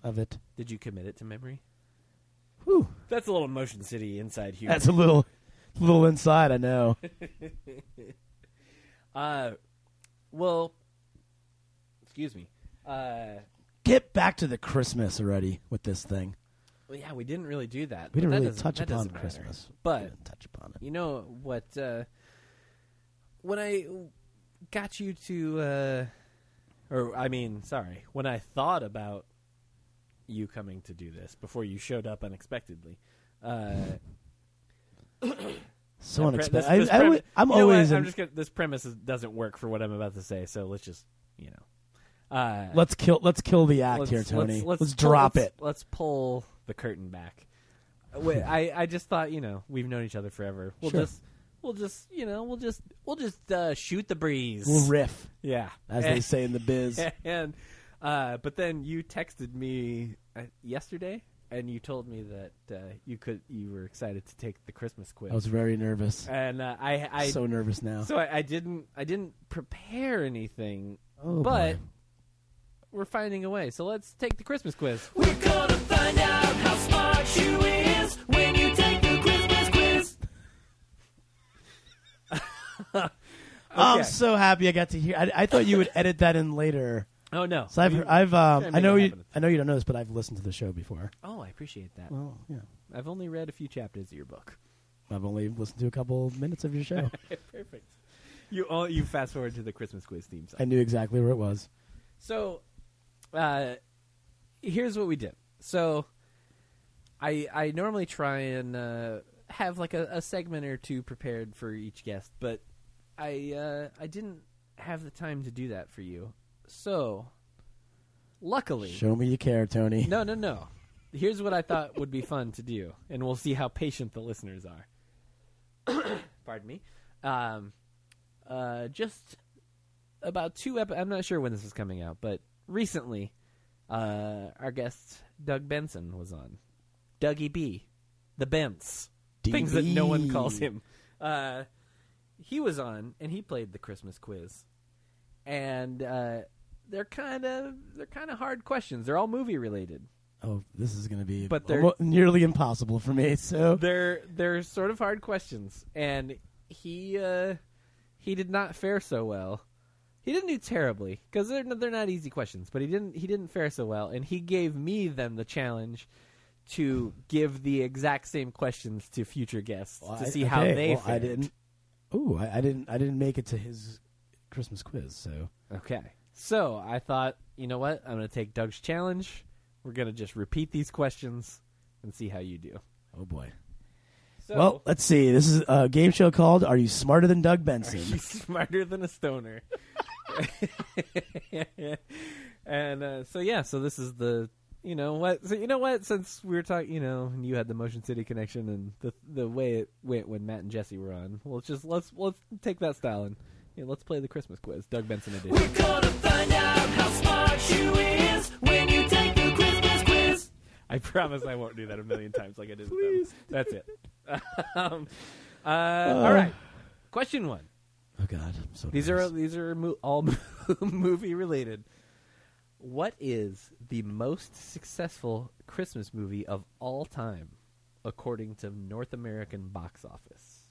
of it. did you commit it to memory? Whew. That's a little Motion City inside humor. That's a little, little inside. I know. uh, well, excuse me. Uh, Get back to the Christmas already with this thing. well, yeah, we didn't really do that. We but didn't that really doesn't- touch that upon doesn't matter. Christmas, but We didn't touch upon it. You know what? Uh, when I got you to, uh, or I mean, sorry, when I thought about you coming to do this before you showed up unexpectedly, uh, So pre- unexpected. this- this I, I, premi- would- I'm you know what? always. I'm in- just gonna, this premise is, doesn't work for what I'm about to say, so let's just, you know, uh, let's kill. Let's kill the act let's- here, Tony. Let's, Let's, let's pull- drop let's- it. Let's pull the curtain back. Wait, I, I just thought you know we've known each other forever. We'll Sure. just we'll just you know we'll just we'll just uh, shoot the breeze. We'll riff, yeah, as they say in the biz. And uh, but then you texted me uh, yesterday, and you told me that uh, you could you were excited to take the Christmas quiz. I was very nervous. and uh, I I so nervous now. so I, I didn't I didn't prepare anything, Oh, but boy. we're finding a way. So let's take the Christmas quiz. We're gonna find out how smart you is when you take the Christmas quiz. I'm okay. Oh, so happy I got to hear. I, I thought you would edit that in later. Oh no! So I've, We- I've, try um, to I know make it you, happen. I know you don't know this, but I've listened to the show before. oh, I appreciate that. Well, yeah, I've only read a few chapters of your book. I've only listened to a couple minutes of your show. Perfect. You all you fast forward to the Christmas quiz theme song. I knew exactly where it was. So, uh, here's what we did. So, I I normally try and uh, have like a, a segment or two prepared for each guest, but I uh, I didn't have the time to do that for you. So, luckily, Show me you care, Tony. no, no, no. Here's what I thought would be fun to do, and we'll see how patient the listeners are. Pardon me. Um, uh, just about two episodes. I'm not sure when this is coming out, but recently, uh, our guest Doug Benson was on. Dougie B, the Bents, things that no one calls him. Uh, he was on, and he played the Christmas quiz, and uh, they're kind of they're kind of hard questions. They're all movie related. Oh, this is going to be But but they're- nearly impossible for me. So they're they're sort of hard questions, and he uh, he did not fare so well. He didn't do terribly because they're they're not easy questions, but he didn't he didn't fare so well, and he gave me then the challenge to give the exact same questions to future guests Well, to I- see how okay, they well, I fared. didn't. Ooh, I, I didn't. I didn't make it to his Christmas quiz. So Okay, so I thought you know what I'm going to take Doug's challenge. We're going to just repeat these questions and see how you do. oh boy. So, Well, let's see. This is a game show called "Are You Smarter Than Doug Benson?" He's smarter than a stoner. and uh, so yeah, so this is the you know what? So you know what? Since we were talking, you know, and you had the Motion City connection and the the way it went when Matt and Jesse were on, well, let's just let's let's take that style and you know, let's play the Christmas quiz, Doug Benson edition. We're gonna find out how smart you is when you take the Christmas quiz. I promise I won't do that a million times like I did. Please, that's it. um, uh, all right, question one. Oh God, I'm so These are nervous. these are mo- all movie related. What is the most successful Christmas movie of all time, according to North American box office?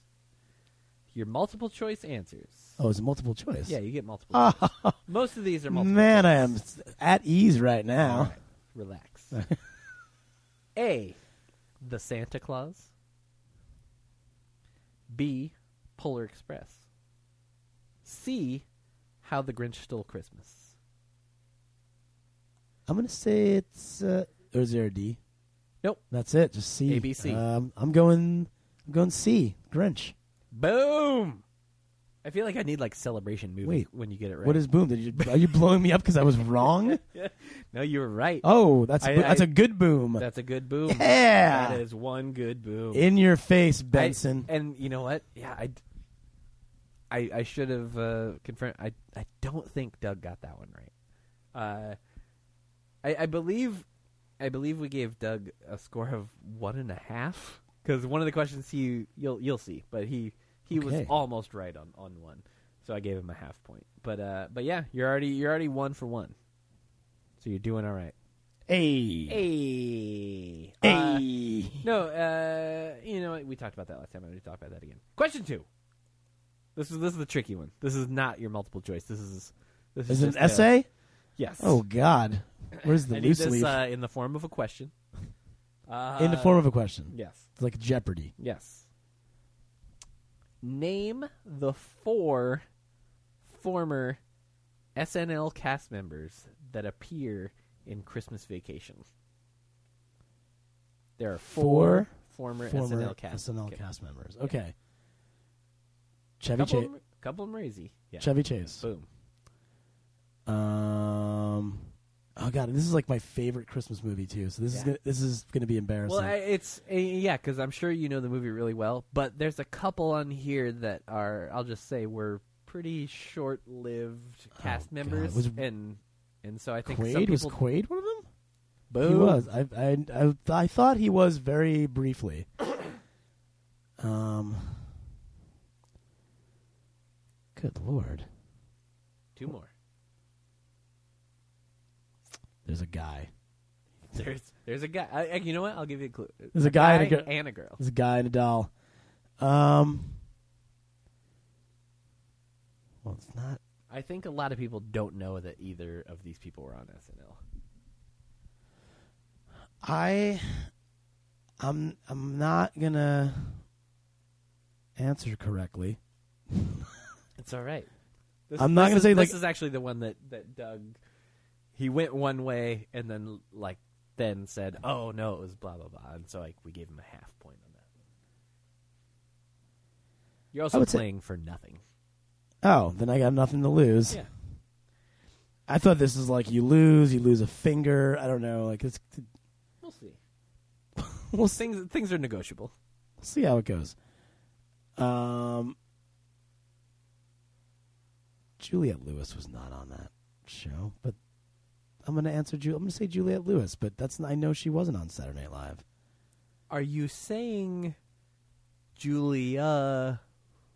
Your multiple choice answers. oh, it's multiple choice. Yeah, you get multiple. choice. Most of these are multiple. Ah. Man, choice. I am s- at ease right now. All right, relax. A, the Santa Claus. B, Polar Express. C, How the Grinch Stole Christmas. I'm gonna say it's. Uh, or is there a D? Nope. That's it. Just C. A, B, C. Um, I'm going. I'm going C. Grinch. Boom! I feel like I need like celebration movie Wait, when you get it right. What is boom? Did you, are you blowing me up because I was wrong? No, you were right. Oh, that's a I- bo- that's I- a good boom. That's a good boom. Yeah! that is one good boom. In your face, I- Benson. and you know what? Yeah, I, d- I, I should have uh, confirmed. I, I don't think Doug got that one right. Uh, I, I believe, I believe we gave Doug a score of one and a half because one of the questions he you'll you'll see, but he he was Okay. almost right on on one, so I gave him a half point. But uh, but yeah, you're already you're already one for one, so you're doing all right. hey. Hey. Hey. No, uh, you know what? We talked about that last time. I'm going to talk about that again. Question two. This is this is the tricky one. This is not your multiple choice. This is this Is it just an a- essay? yes. Oh God. Where's the I need loose this leaf? uh, in the form of a question. Uh, In the form of a question. yes, It's like Jeopardy. yes. Name the four former SNL cast members that appear in Christmas Vacation. There are four, Four former, Former SNL cast SNL okay. cast members. Okay. Chevy Couple, Chase. of 'em- couple of 'em crazy. Yeah. Chevy Chase. Boom. Um. Oh God, this is like my favorite Christmas movie too. So this is Yeah. gonna, this is going to be embarrassing. Well, I, it's uh, yeah, because I'm sure you know the movie really well, but there's a couple on here that are I'll just say were pretty short-lived cast Oh, God. members, Was- and and so I think some Quaid people was Quaid one of them. Boom. He was. I, I I I thought he was very briefly. um. Good lord, two more. there's a guy. There's there's a guy. I, I- you know what? I'll give you a clue. There's a guy and a girl. and a girl. There's a guy and a doll. Um. Well, it's not. I think a lot of people don't know that either of these people were on SNL. I. I'm I'm not gonna answer correctly. It's all right. This, I'm not this gonna is- say, this like- is actually the one that that Doug he went one way and then like then said, "Oh no, it was blah blah blah," and so like we gave him a half point on that. You're also would say- playing for nothing. Oh, then I got nothing to lose. Yeah. I thought this was like you lose, you lose a finger. I don't know. Like it's, We'll see. we'll see, Things things are negotiable. we'll see how it goes. Um, Juliet Lewis was not on that show, but I'm gonna answer. Ju- I'm gonna say Juliet Lewis, but that's I know she wasn't on Saturday Night Live. Are you saying Julia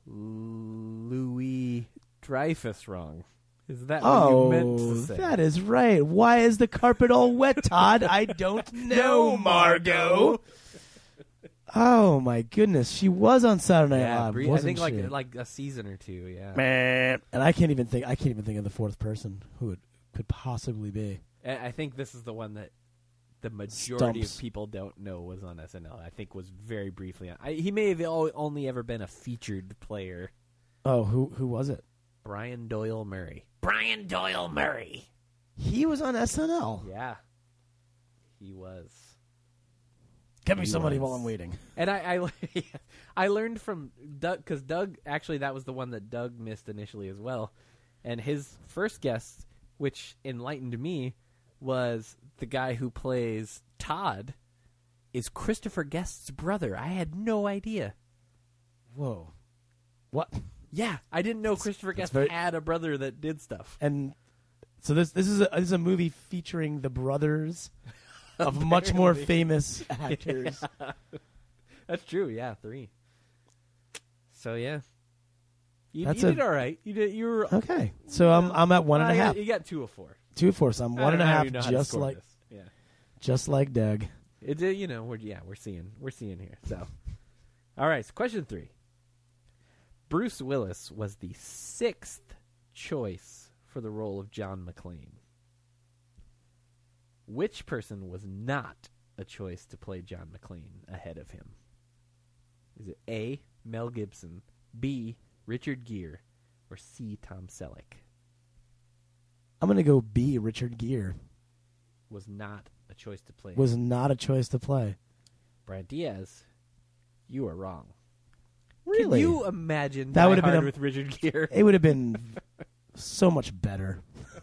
Louis Dreyfus wrong? Is that oh, what you meant to say? that is right. Why is the carpet all wet, Todd? I don't know, Margot. Oh my goodness, she was on Saturday Night yeah, Live, Brie- I wasn't think like she? like a season or two. Yeah. and I can't even think. I can't even think of the fourth person who it could possibly be. And I think this is the one that the majority Stumps. of people don't know was on SNL. I think was very briefly on. I, he may have al- only ever been a featured player. Oh, who who was it? Brian Doyle Murray. Brian Doyle Murray. He was on SNL. Yeah, he was. Give me somebody was. while I'm waiting. And I, I, I learned from Doug because Doug actually that was the one that Doug missed initially as well, and his first guess, which enlightened me, was the guy who plays Todd is Christopher Guest's brother. I had no idea. Whoa. What? Yeah, I didn't know Christopher Guest very- had a brother that did stuff. And so this this is a, this is a movie featuring the brothers of much more famous actors. That's true. Yeah, three. So yeah, you, That's you a- did all right. You did. You were Okay, so I'm I'm at one and a I got- half, You got two of four. two of four. So I'm one and a half, just score like this. yeah. just like Doug. It did. You know, we're yeah, we're seeing we're seeing here. So, all right. So question three. Bruce Willis was the sixth choice for the role of John McClane. Which person was not a choice to play John McClane ahead of him? Is it A. Mel Gibson, B. Richard Gere, or C. Tom Selleck? I'm gonna go B. Richard Gere Was not a choice to play. was not a choice to play. Brad Diaz, you are wrong. Can Really, you imagine That Die would've been Hard a- with Richard Gere? it would have been so much better.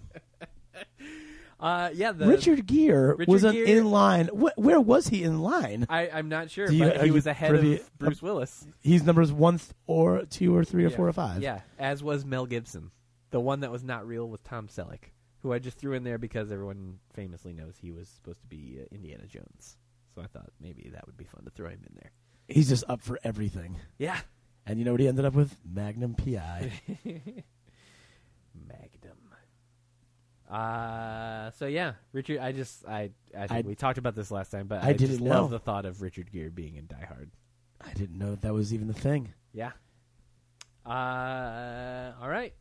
Uh, yeah, the, Richard Gere Richard was an Gere- in line. Wh- where was he in line? I, I'm not sure, Do you- but are he you was ahead privy- of Bruce Willis. He's numbers one th- or two or three or yeah. four or five. Yeah, as was Mel Gibson. The one that was not real was Tom Selleck, who I just threw in there because everyone famously knows he was supposed to be uh, Indiana Jones. So I thought maybe that would be fun to throw him in there. he's just up for everything. Yeah, And you know what he ended up with? Magnum PI. Magnum. Uh, so yeah, Richard. I just I I think I- we talked about this last time, but I I, just didn't love know. the thought of Richard Gere being in Die Hard. I didn't know that that was even the thing. Yeah. Uh, all right.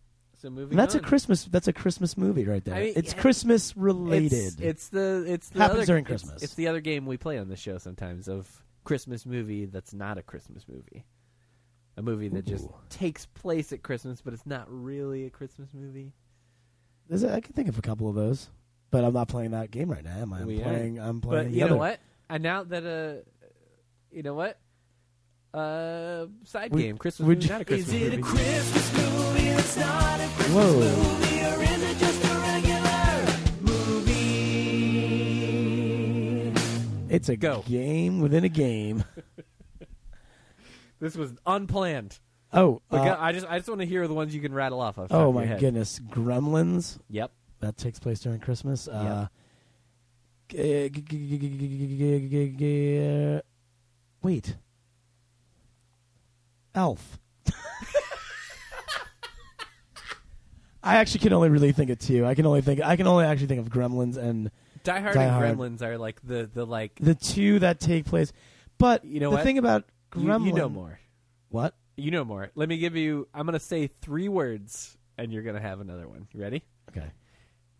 So moving. And that's on. a Christmas. That's a Christmas movie right there. I mean, it's yeah. Christmas It's, related. it's the it's the Happens other, during it's- Christmas. It's, the other game we play on the show sometimes of Christmas movie that's not a Christmas movie, a movie that just Ooh. takes place at Christmas, but it's not really a Christmas movie. There's a, I can think of a couple of those, but I'm not playing that game right now. Am I? I'm We are. playing. I'm playing. But the you other. know what? And now that uh, you know what, uh, side We- game Christmas we movie, ju- not a Christmas Is it movie. a Christmas movie? It's not a Christmas Whoa. movie, or is it just a regular movie? It's a Go. game within a game. this was unplanned. Oh, But uh, go- I just I just want to hear the ones you can rattle off. off the top oh of your my head. goodness! Gremlins Yep. that takes place during Christmas. Uh, g- g- g- g- g- g- g- g- g- Wait, Elf. I actually can only really think of two. I can only think. I can only actually think of Gremlins and Die Hard Die and Hard. Gremlins are like the the like the two that take place. But You know the what? thing about you, Gremlin, you know more. What? You know more. Let me give you. I'm gonna say three words, and you're gonna have another one. You ready? Okay.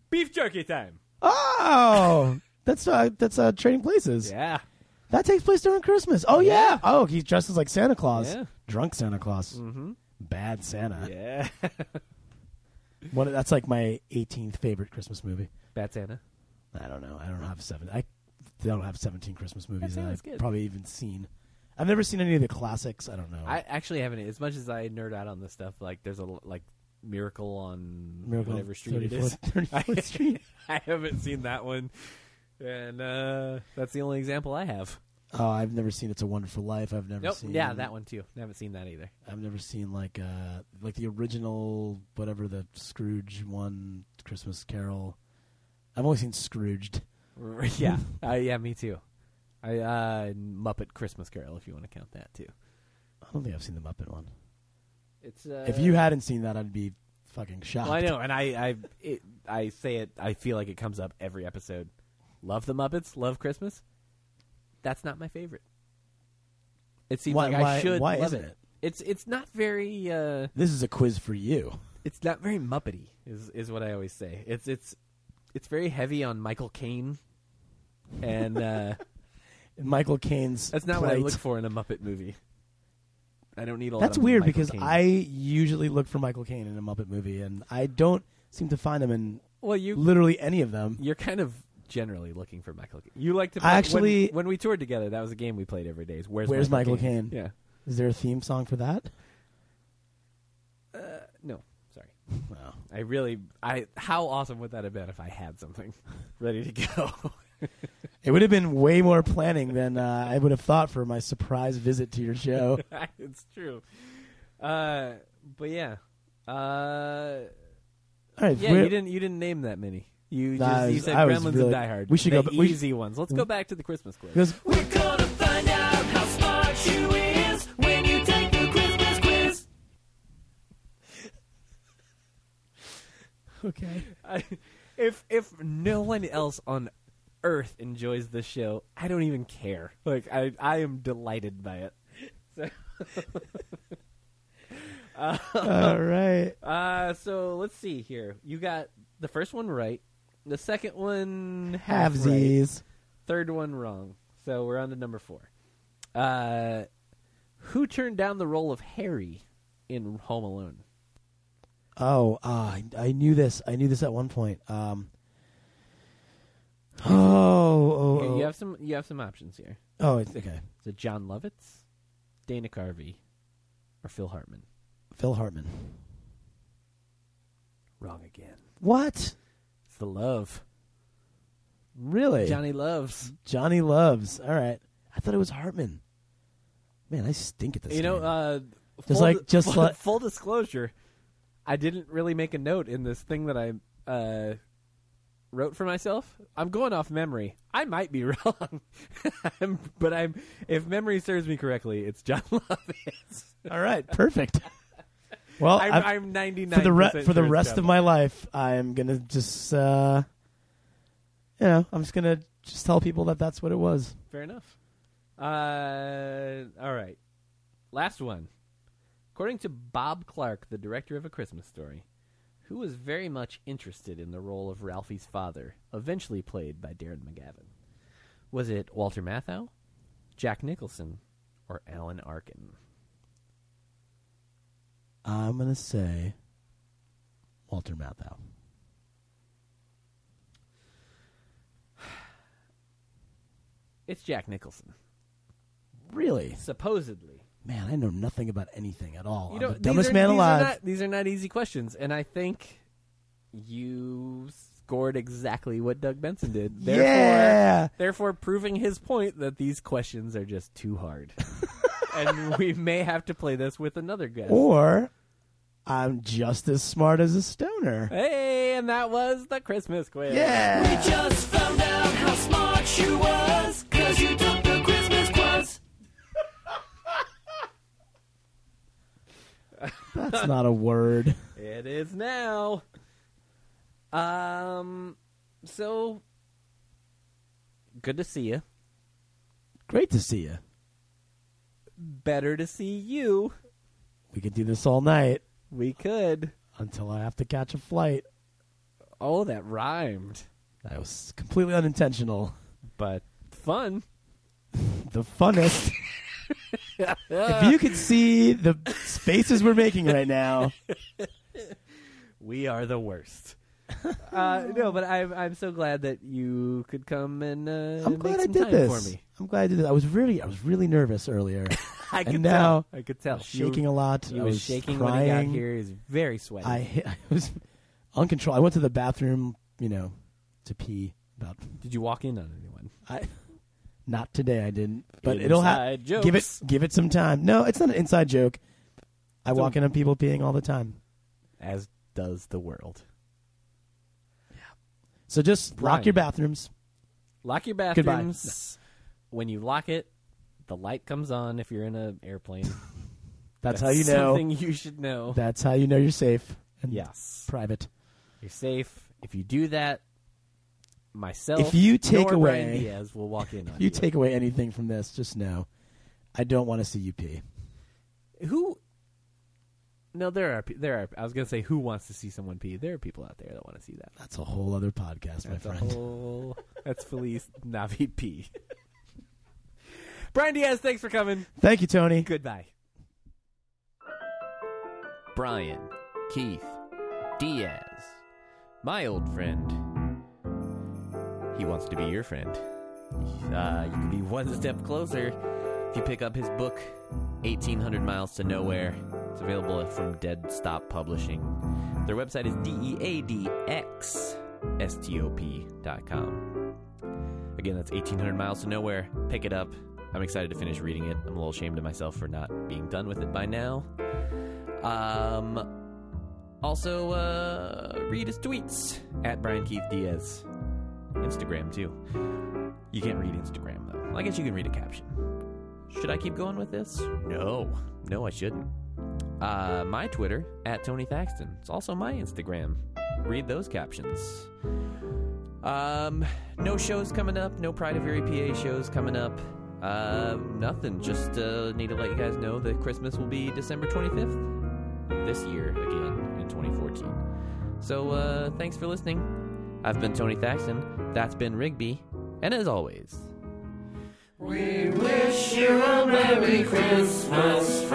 Beef jerky time. Oh, that's uh, that's uh, trading places. Yeah. That takes place during Christmas. Oh yeah. Oh, he dresses like Santa Claus. Yeah. Mm. Drunk Santa Claus. Mm-hmm. Bad Santa. Yeah. One, of- that's like my 18th favorite Christmas movie. Bad Santa. I don't know. I don't have seven. I don't have 17 Christmas movies that Santa's I've good. probably even seen. I've never seen any of the classics. I don't know. I actually haven't. As much as I nerd out on this stuff, like there's a l- like miracle on Miracle on whatever street it is. 34th 34th Street. I haven't seen that one, and uh, that's the only example I have. oh, I've never seen It's a Wonderful Life. I've never Nope. seen. Yeah, that one too. I haven't seen that either. I've never seen like uh like the original whatever the Scrooge one Christmas Carol. I've only seen Scrooged. yeah, uh, yeah, me too. I uh, Muppet Christmas Carol, if you want to count that too. I don't think I've seen the Muppet one. It's uh, if you hadn't seen that, I'd be fucking shocked. well, I know, and I, I, it, I say it. I feel like it comes up every episode. Love the Muppets. Love Christmas. That's not my favorite. It seems Why- like I why- should why love isn't it. it? It's it's not very uh, This is a quiz for you. it's not very Muppety is is what I always say. It's it's it's very heavy on Michael Caine, and uh, Michael Caine's. that's not what I plight. look for in a Muppet movie. I don't need a lot. That's of weird Michael because Caine. I usually look for Michael Caine in a Muppet movie, and I don't seem to find him in well you literally any of them. You're kind of generally looking for Michael. Caine. You like to. I play- actually- when, when we toured together, that was a game we played every day. Is where's, Where's Michael, Michael Caine? Caine? Yeah. Is there a theme song for that? No, sorry. I really, I how awesome would that have been if I had something ready to go? It would have been way more planning than uh, I would have thought for my surprise visit to your show. it's true. Uh, but yeah, uh, All right, yeah, we're- you didn't you didn't name that many. You Nah, just I you was- said I was Gremlins really- and Die Hard. we should the go ba- we- easy ones. Let's go back to the Christmas quiz. because We're gonna find out how smart you is when you take the Christmas quiz. okay, I, if if no one else on earth enjoys this show, I don't even care. Like I I am delighted by it. So, all right. uh, so let's see here. You got the first one right. The second one half right. Halvesies. Third one wrong. So we're on to number four. Uh, who turned down the role of Harry in Home Alone? Oh, uh, I, I knew this. I knew this at one point. Um, oh, oh, Here, oh, You have some. You have some options here. oh, it's okay. Is it John Lovitz, Dana Carvey, or Phil Hartman? Phil Hartman. Wrong again. What? It's the love. Really? Johnny loves. Johnny loves. All right. I thought it was Hartman. Man, I stink at this. you know, game. uh, Just full like- just full, like- full disclosure, I didn't really make a note in this thing that I uh, wrote for myself. I'm going off memory. I might be wrong, I'm, but I'm. If memory serves me correctly, it's John Lovitz. all right, perfect. well, I'm, I've- I'm 99 for the re- for the rest of my life, I'm gonna just, uh, you know, I'm just gonna just tell people that that's what it was. Fair enough. Uh, all right. Last one. According to Bob Clark, the director of A Christmas Story, who was very much interested in the role of Ralphie's father, eventually played by Darren McGavin, was it Walter Matthau, Jack Nicholson, or Alan Arkin? I'm gonna say Walter Matthau. It's Jack Nicholson, Really, supposedly. man, I know nothing about anything at all. You Oh, I'm know, the dumbest these are, man these alive. Are not, these are not easy questions, and I think you scored exactly what Doug Benson did. Therefore, Yeah. therefore proving his point that these questions are just too hard, and we may have to play this with another guest. Oh. Or I'm just as smart as a stoner. Hey, and that was the Christmas quiz. We Yeah. just found out how smart you was, cause you took the Christmas quiz. That's not a word. It is now. Um, so good to see you. Great to see you. Better to see you. We could do this all night We could. until I have to catch a flight. Oh, that rhymed. That was completely unintentional. but fun. The funnest. if you could see the spaces we're making right now, We are the worst. uh, no, but I'm I'm so glad that you could come and uh, I'm make glad some I did time for this. me. I'm glad I did this. I was really, I was really nervous earlier. I And now- I could tell. shaking you, a lot. you I was, was shaking crying. when I got here. Is very sweaty. I hit- I was uncontrolled. I went to the bathroom, you know, to pee. About did you walk in on anyone? I not today. I didn't, but it'll Inside have jokes. give it give it some time. No, it's not an inside joke. I It's a- walk in on people peeing all the time. As does the world. So just Brian. lock your bathrooms. Lock your Goodbye. bathrooms. When you lock it, the light comes on. If you're in an airplane, That's, how you know. Something you should know. That's how you know you're safe. And yes. private. You're safe. If you do that, myself, If you take nor Brian away- Diaz will walk in on If you take away anything from this, just know I don't want to see you pee. who. No, there are pe- there are. I was gonna say who wants to see someone pee. There are people out there that want to see that. That's a whole other podcast, my That's a friend. whole. That's Felice Navi pee. Brian Diaz, thanks for coming. Thank you, Tony. Goodbye. Brian, Keith, Diaz, my old friend. He wants to be your friend. Uh, you can be one step closer if you pick up his book, 1800 Miles to Nowhere. It's available from Dead Stop Publishing. Their website is E deadxstop.com. Again, that's 1800 Miles to Nowhere. Pick it up. I'm excited to finish reading it. I'm a little ashamed of myself for not being done with it by now. Um, also, uh, read his tweets at Brian Keith Diaz. Instagram, too. You can't read Instagram, though. I guess you can read a caption. Should I keep going with this? No. No, I shouldn't. Uh, my Twitter, at Tony Thaxton. It's also my Instagram. Read those captions. Um, no shows coming up. No Pride of Erie PA shows coming up. Uh, nothing. Just uh, need to let you guys know that Christmas will be December 25th this year again in 2014. So uh, thanks for listening. I've been Tony Thaxton. That's Ben Rigby. And as always, We wish you a Merry Christmas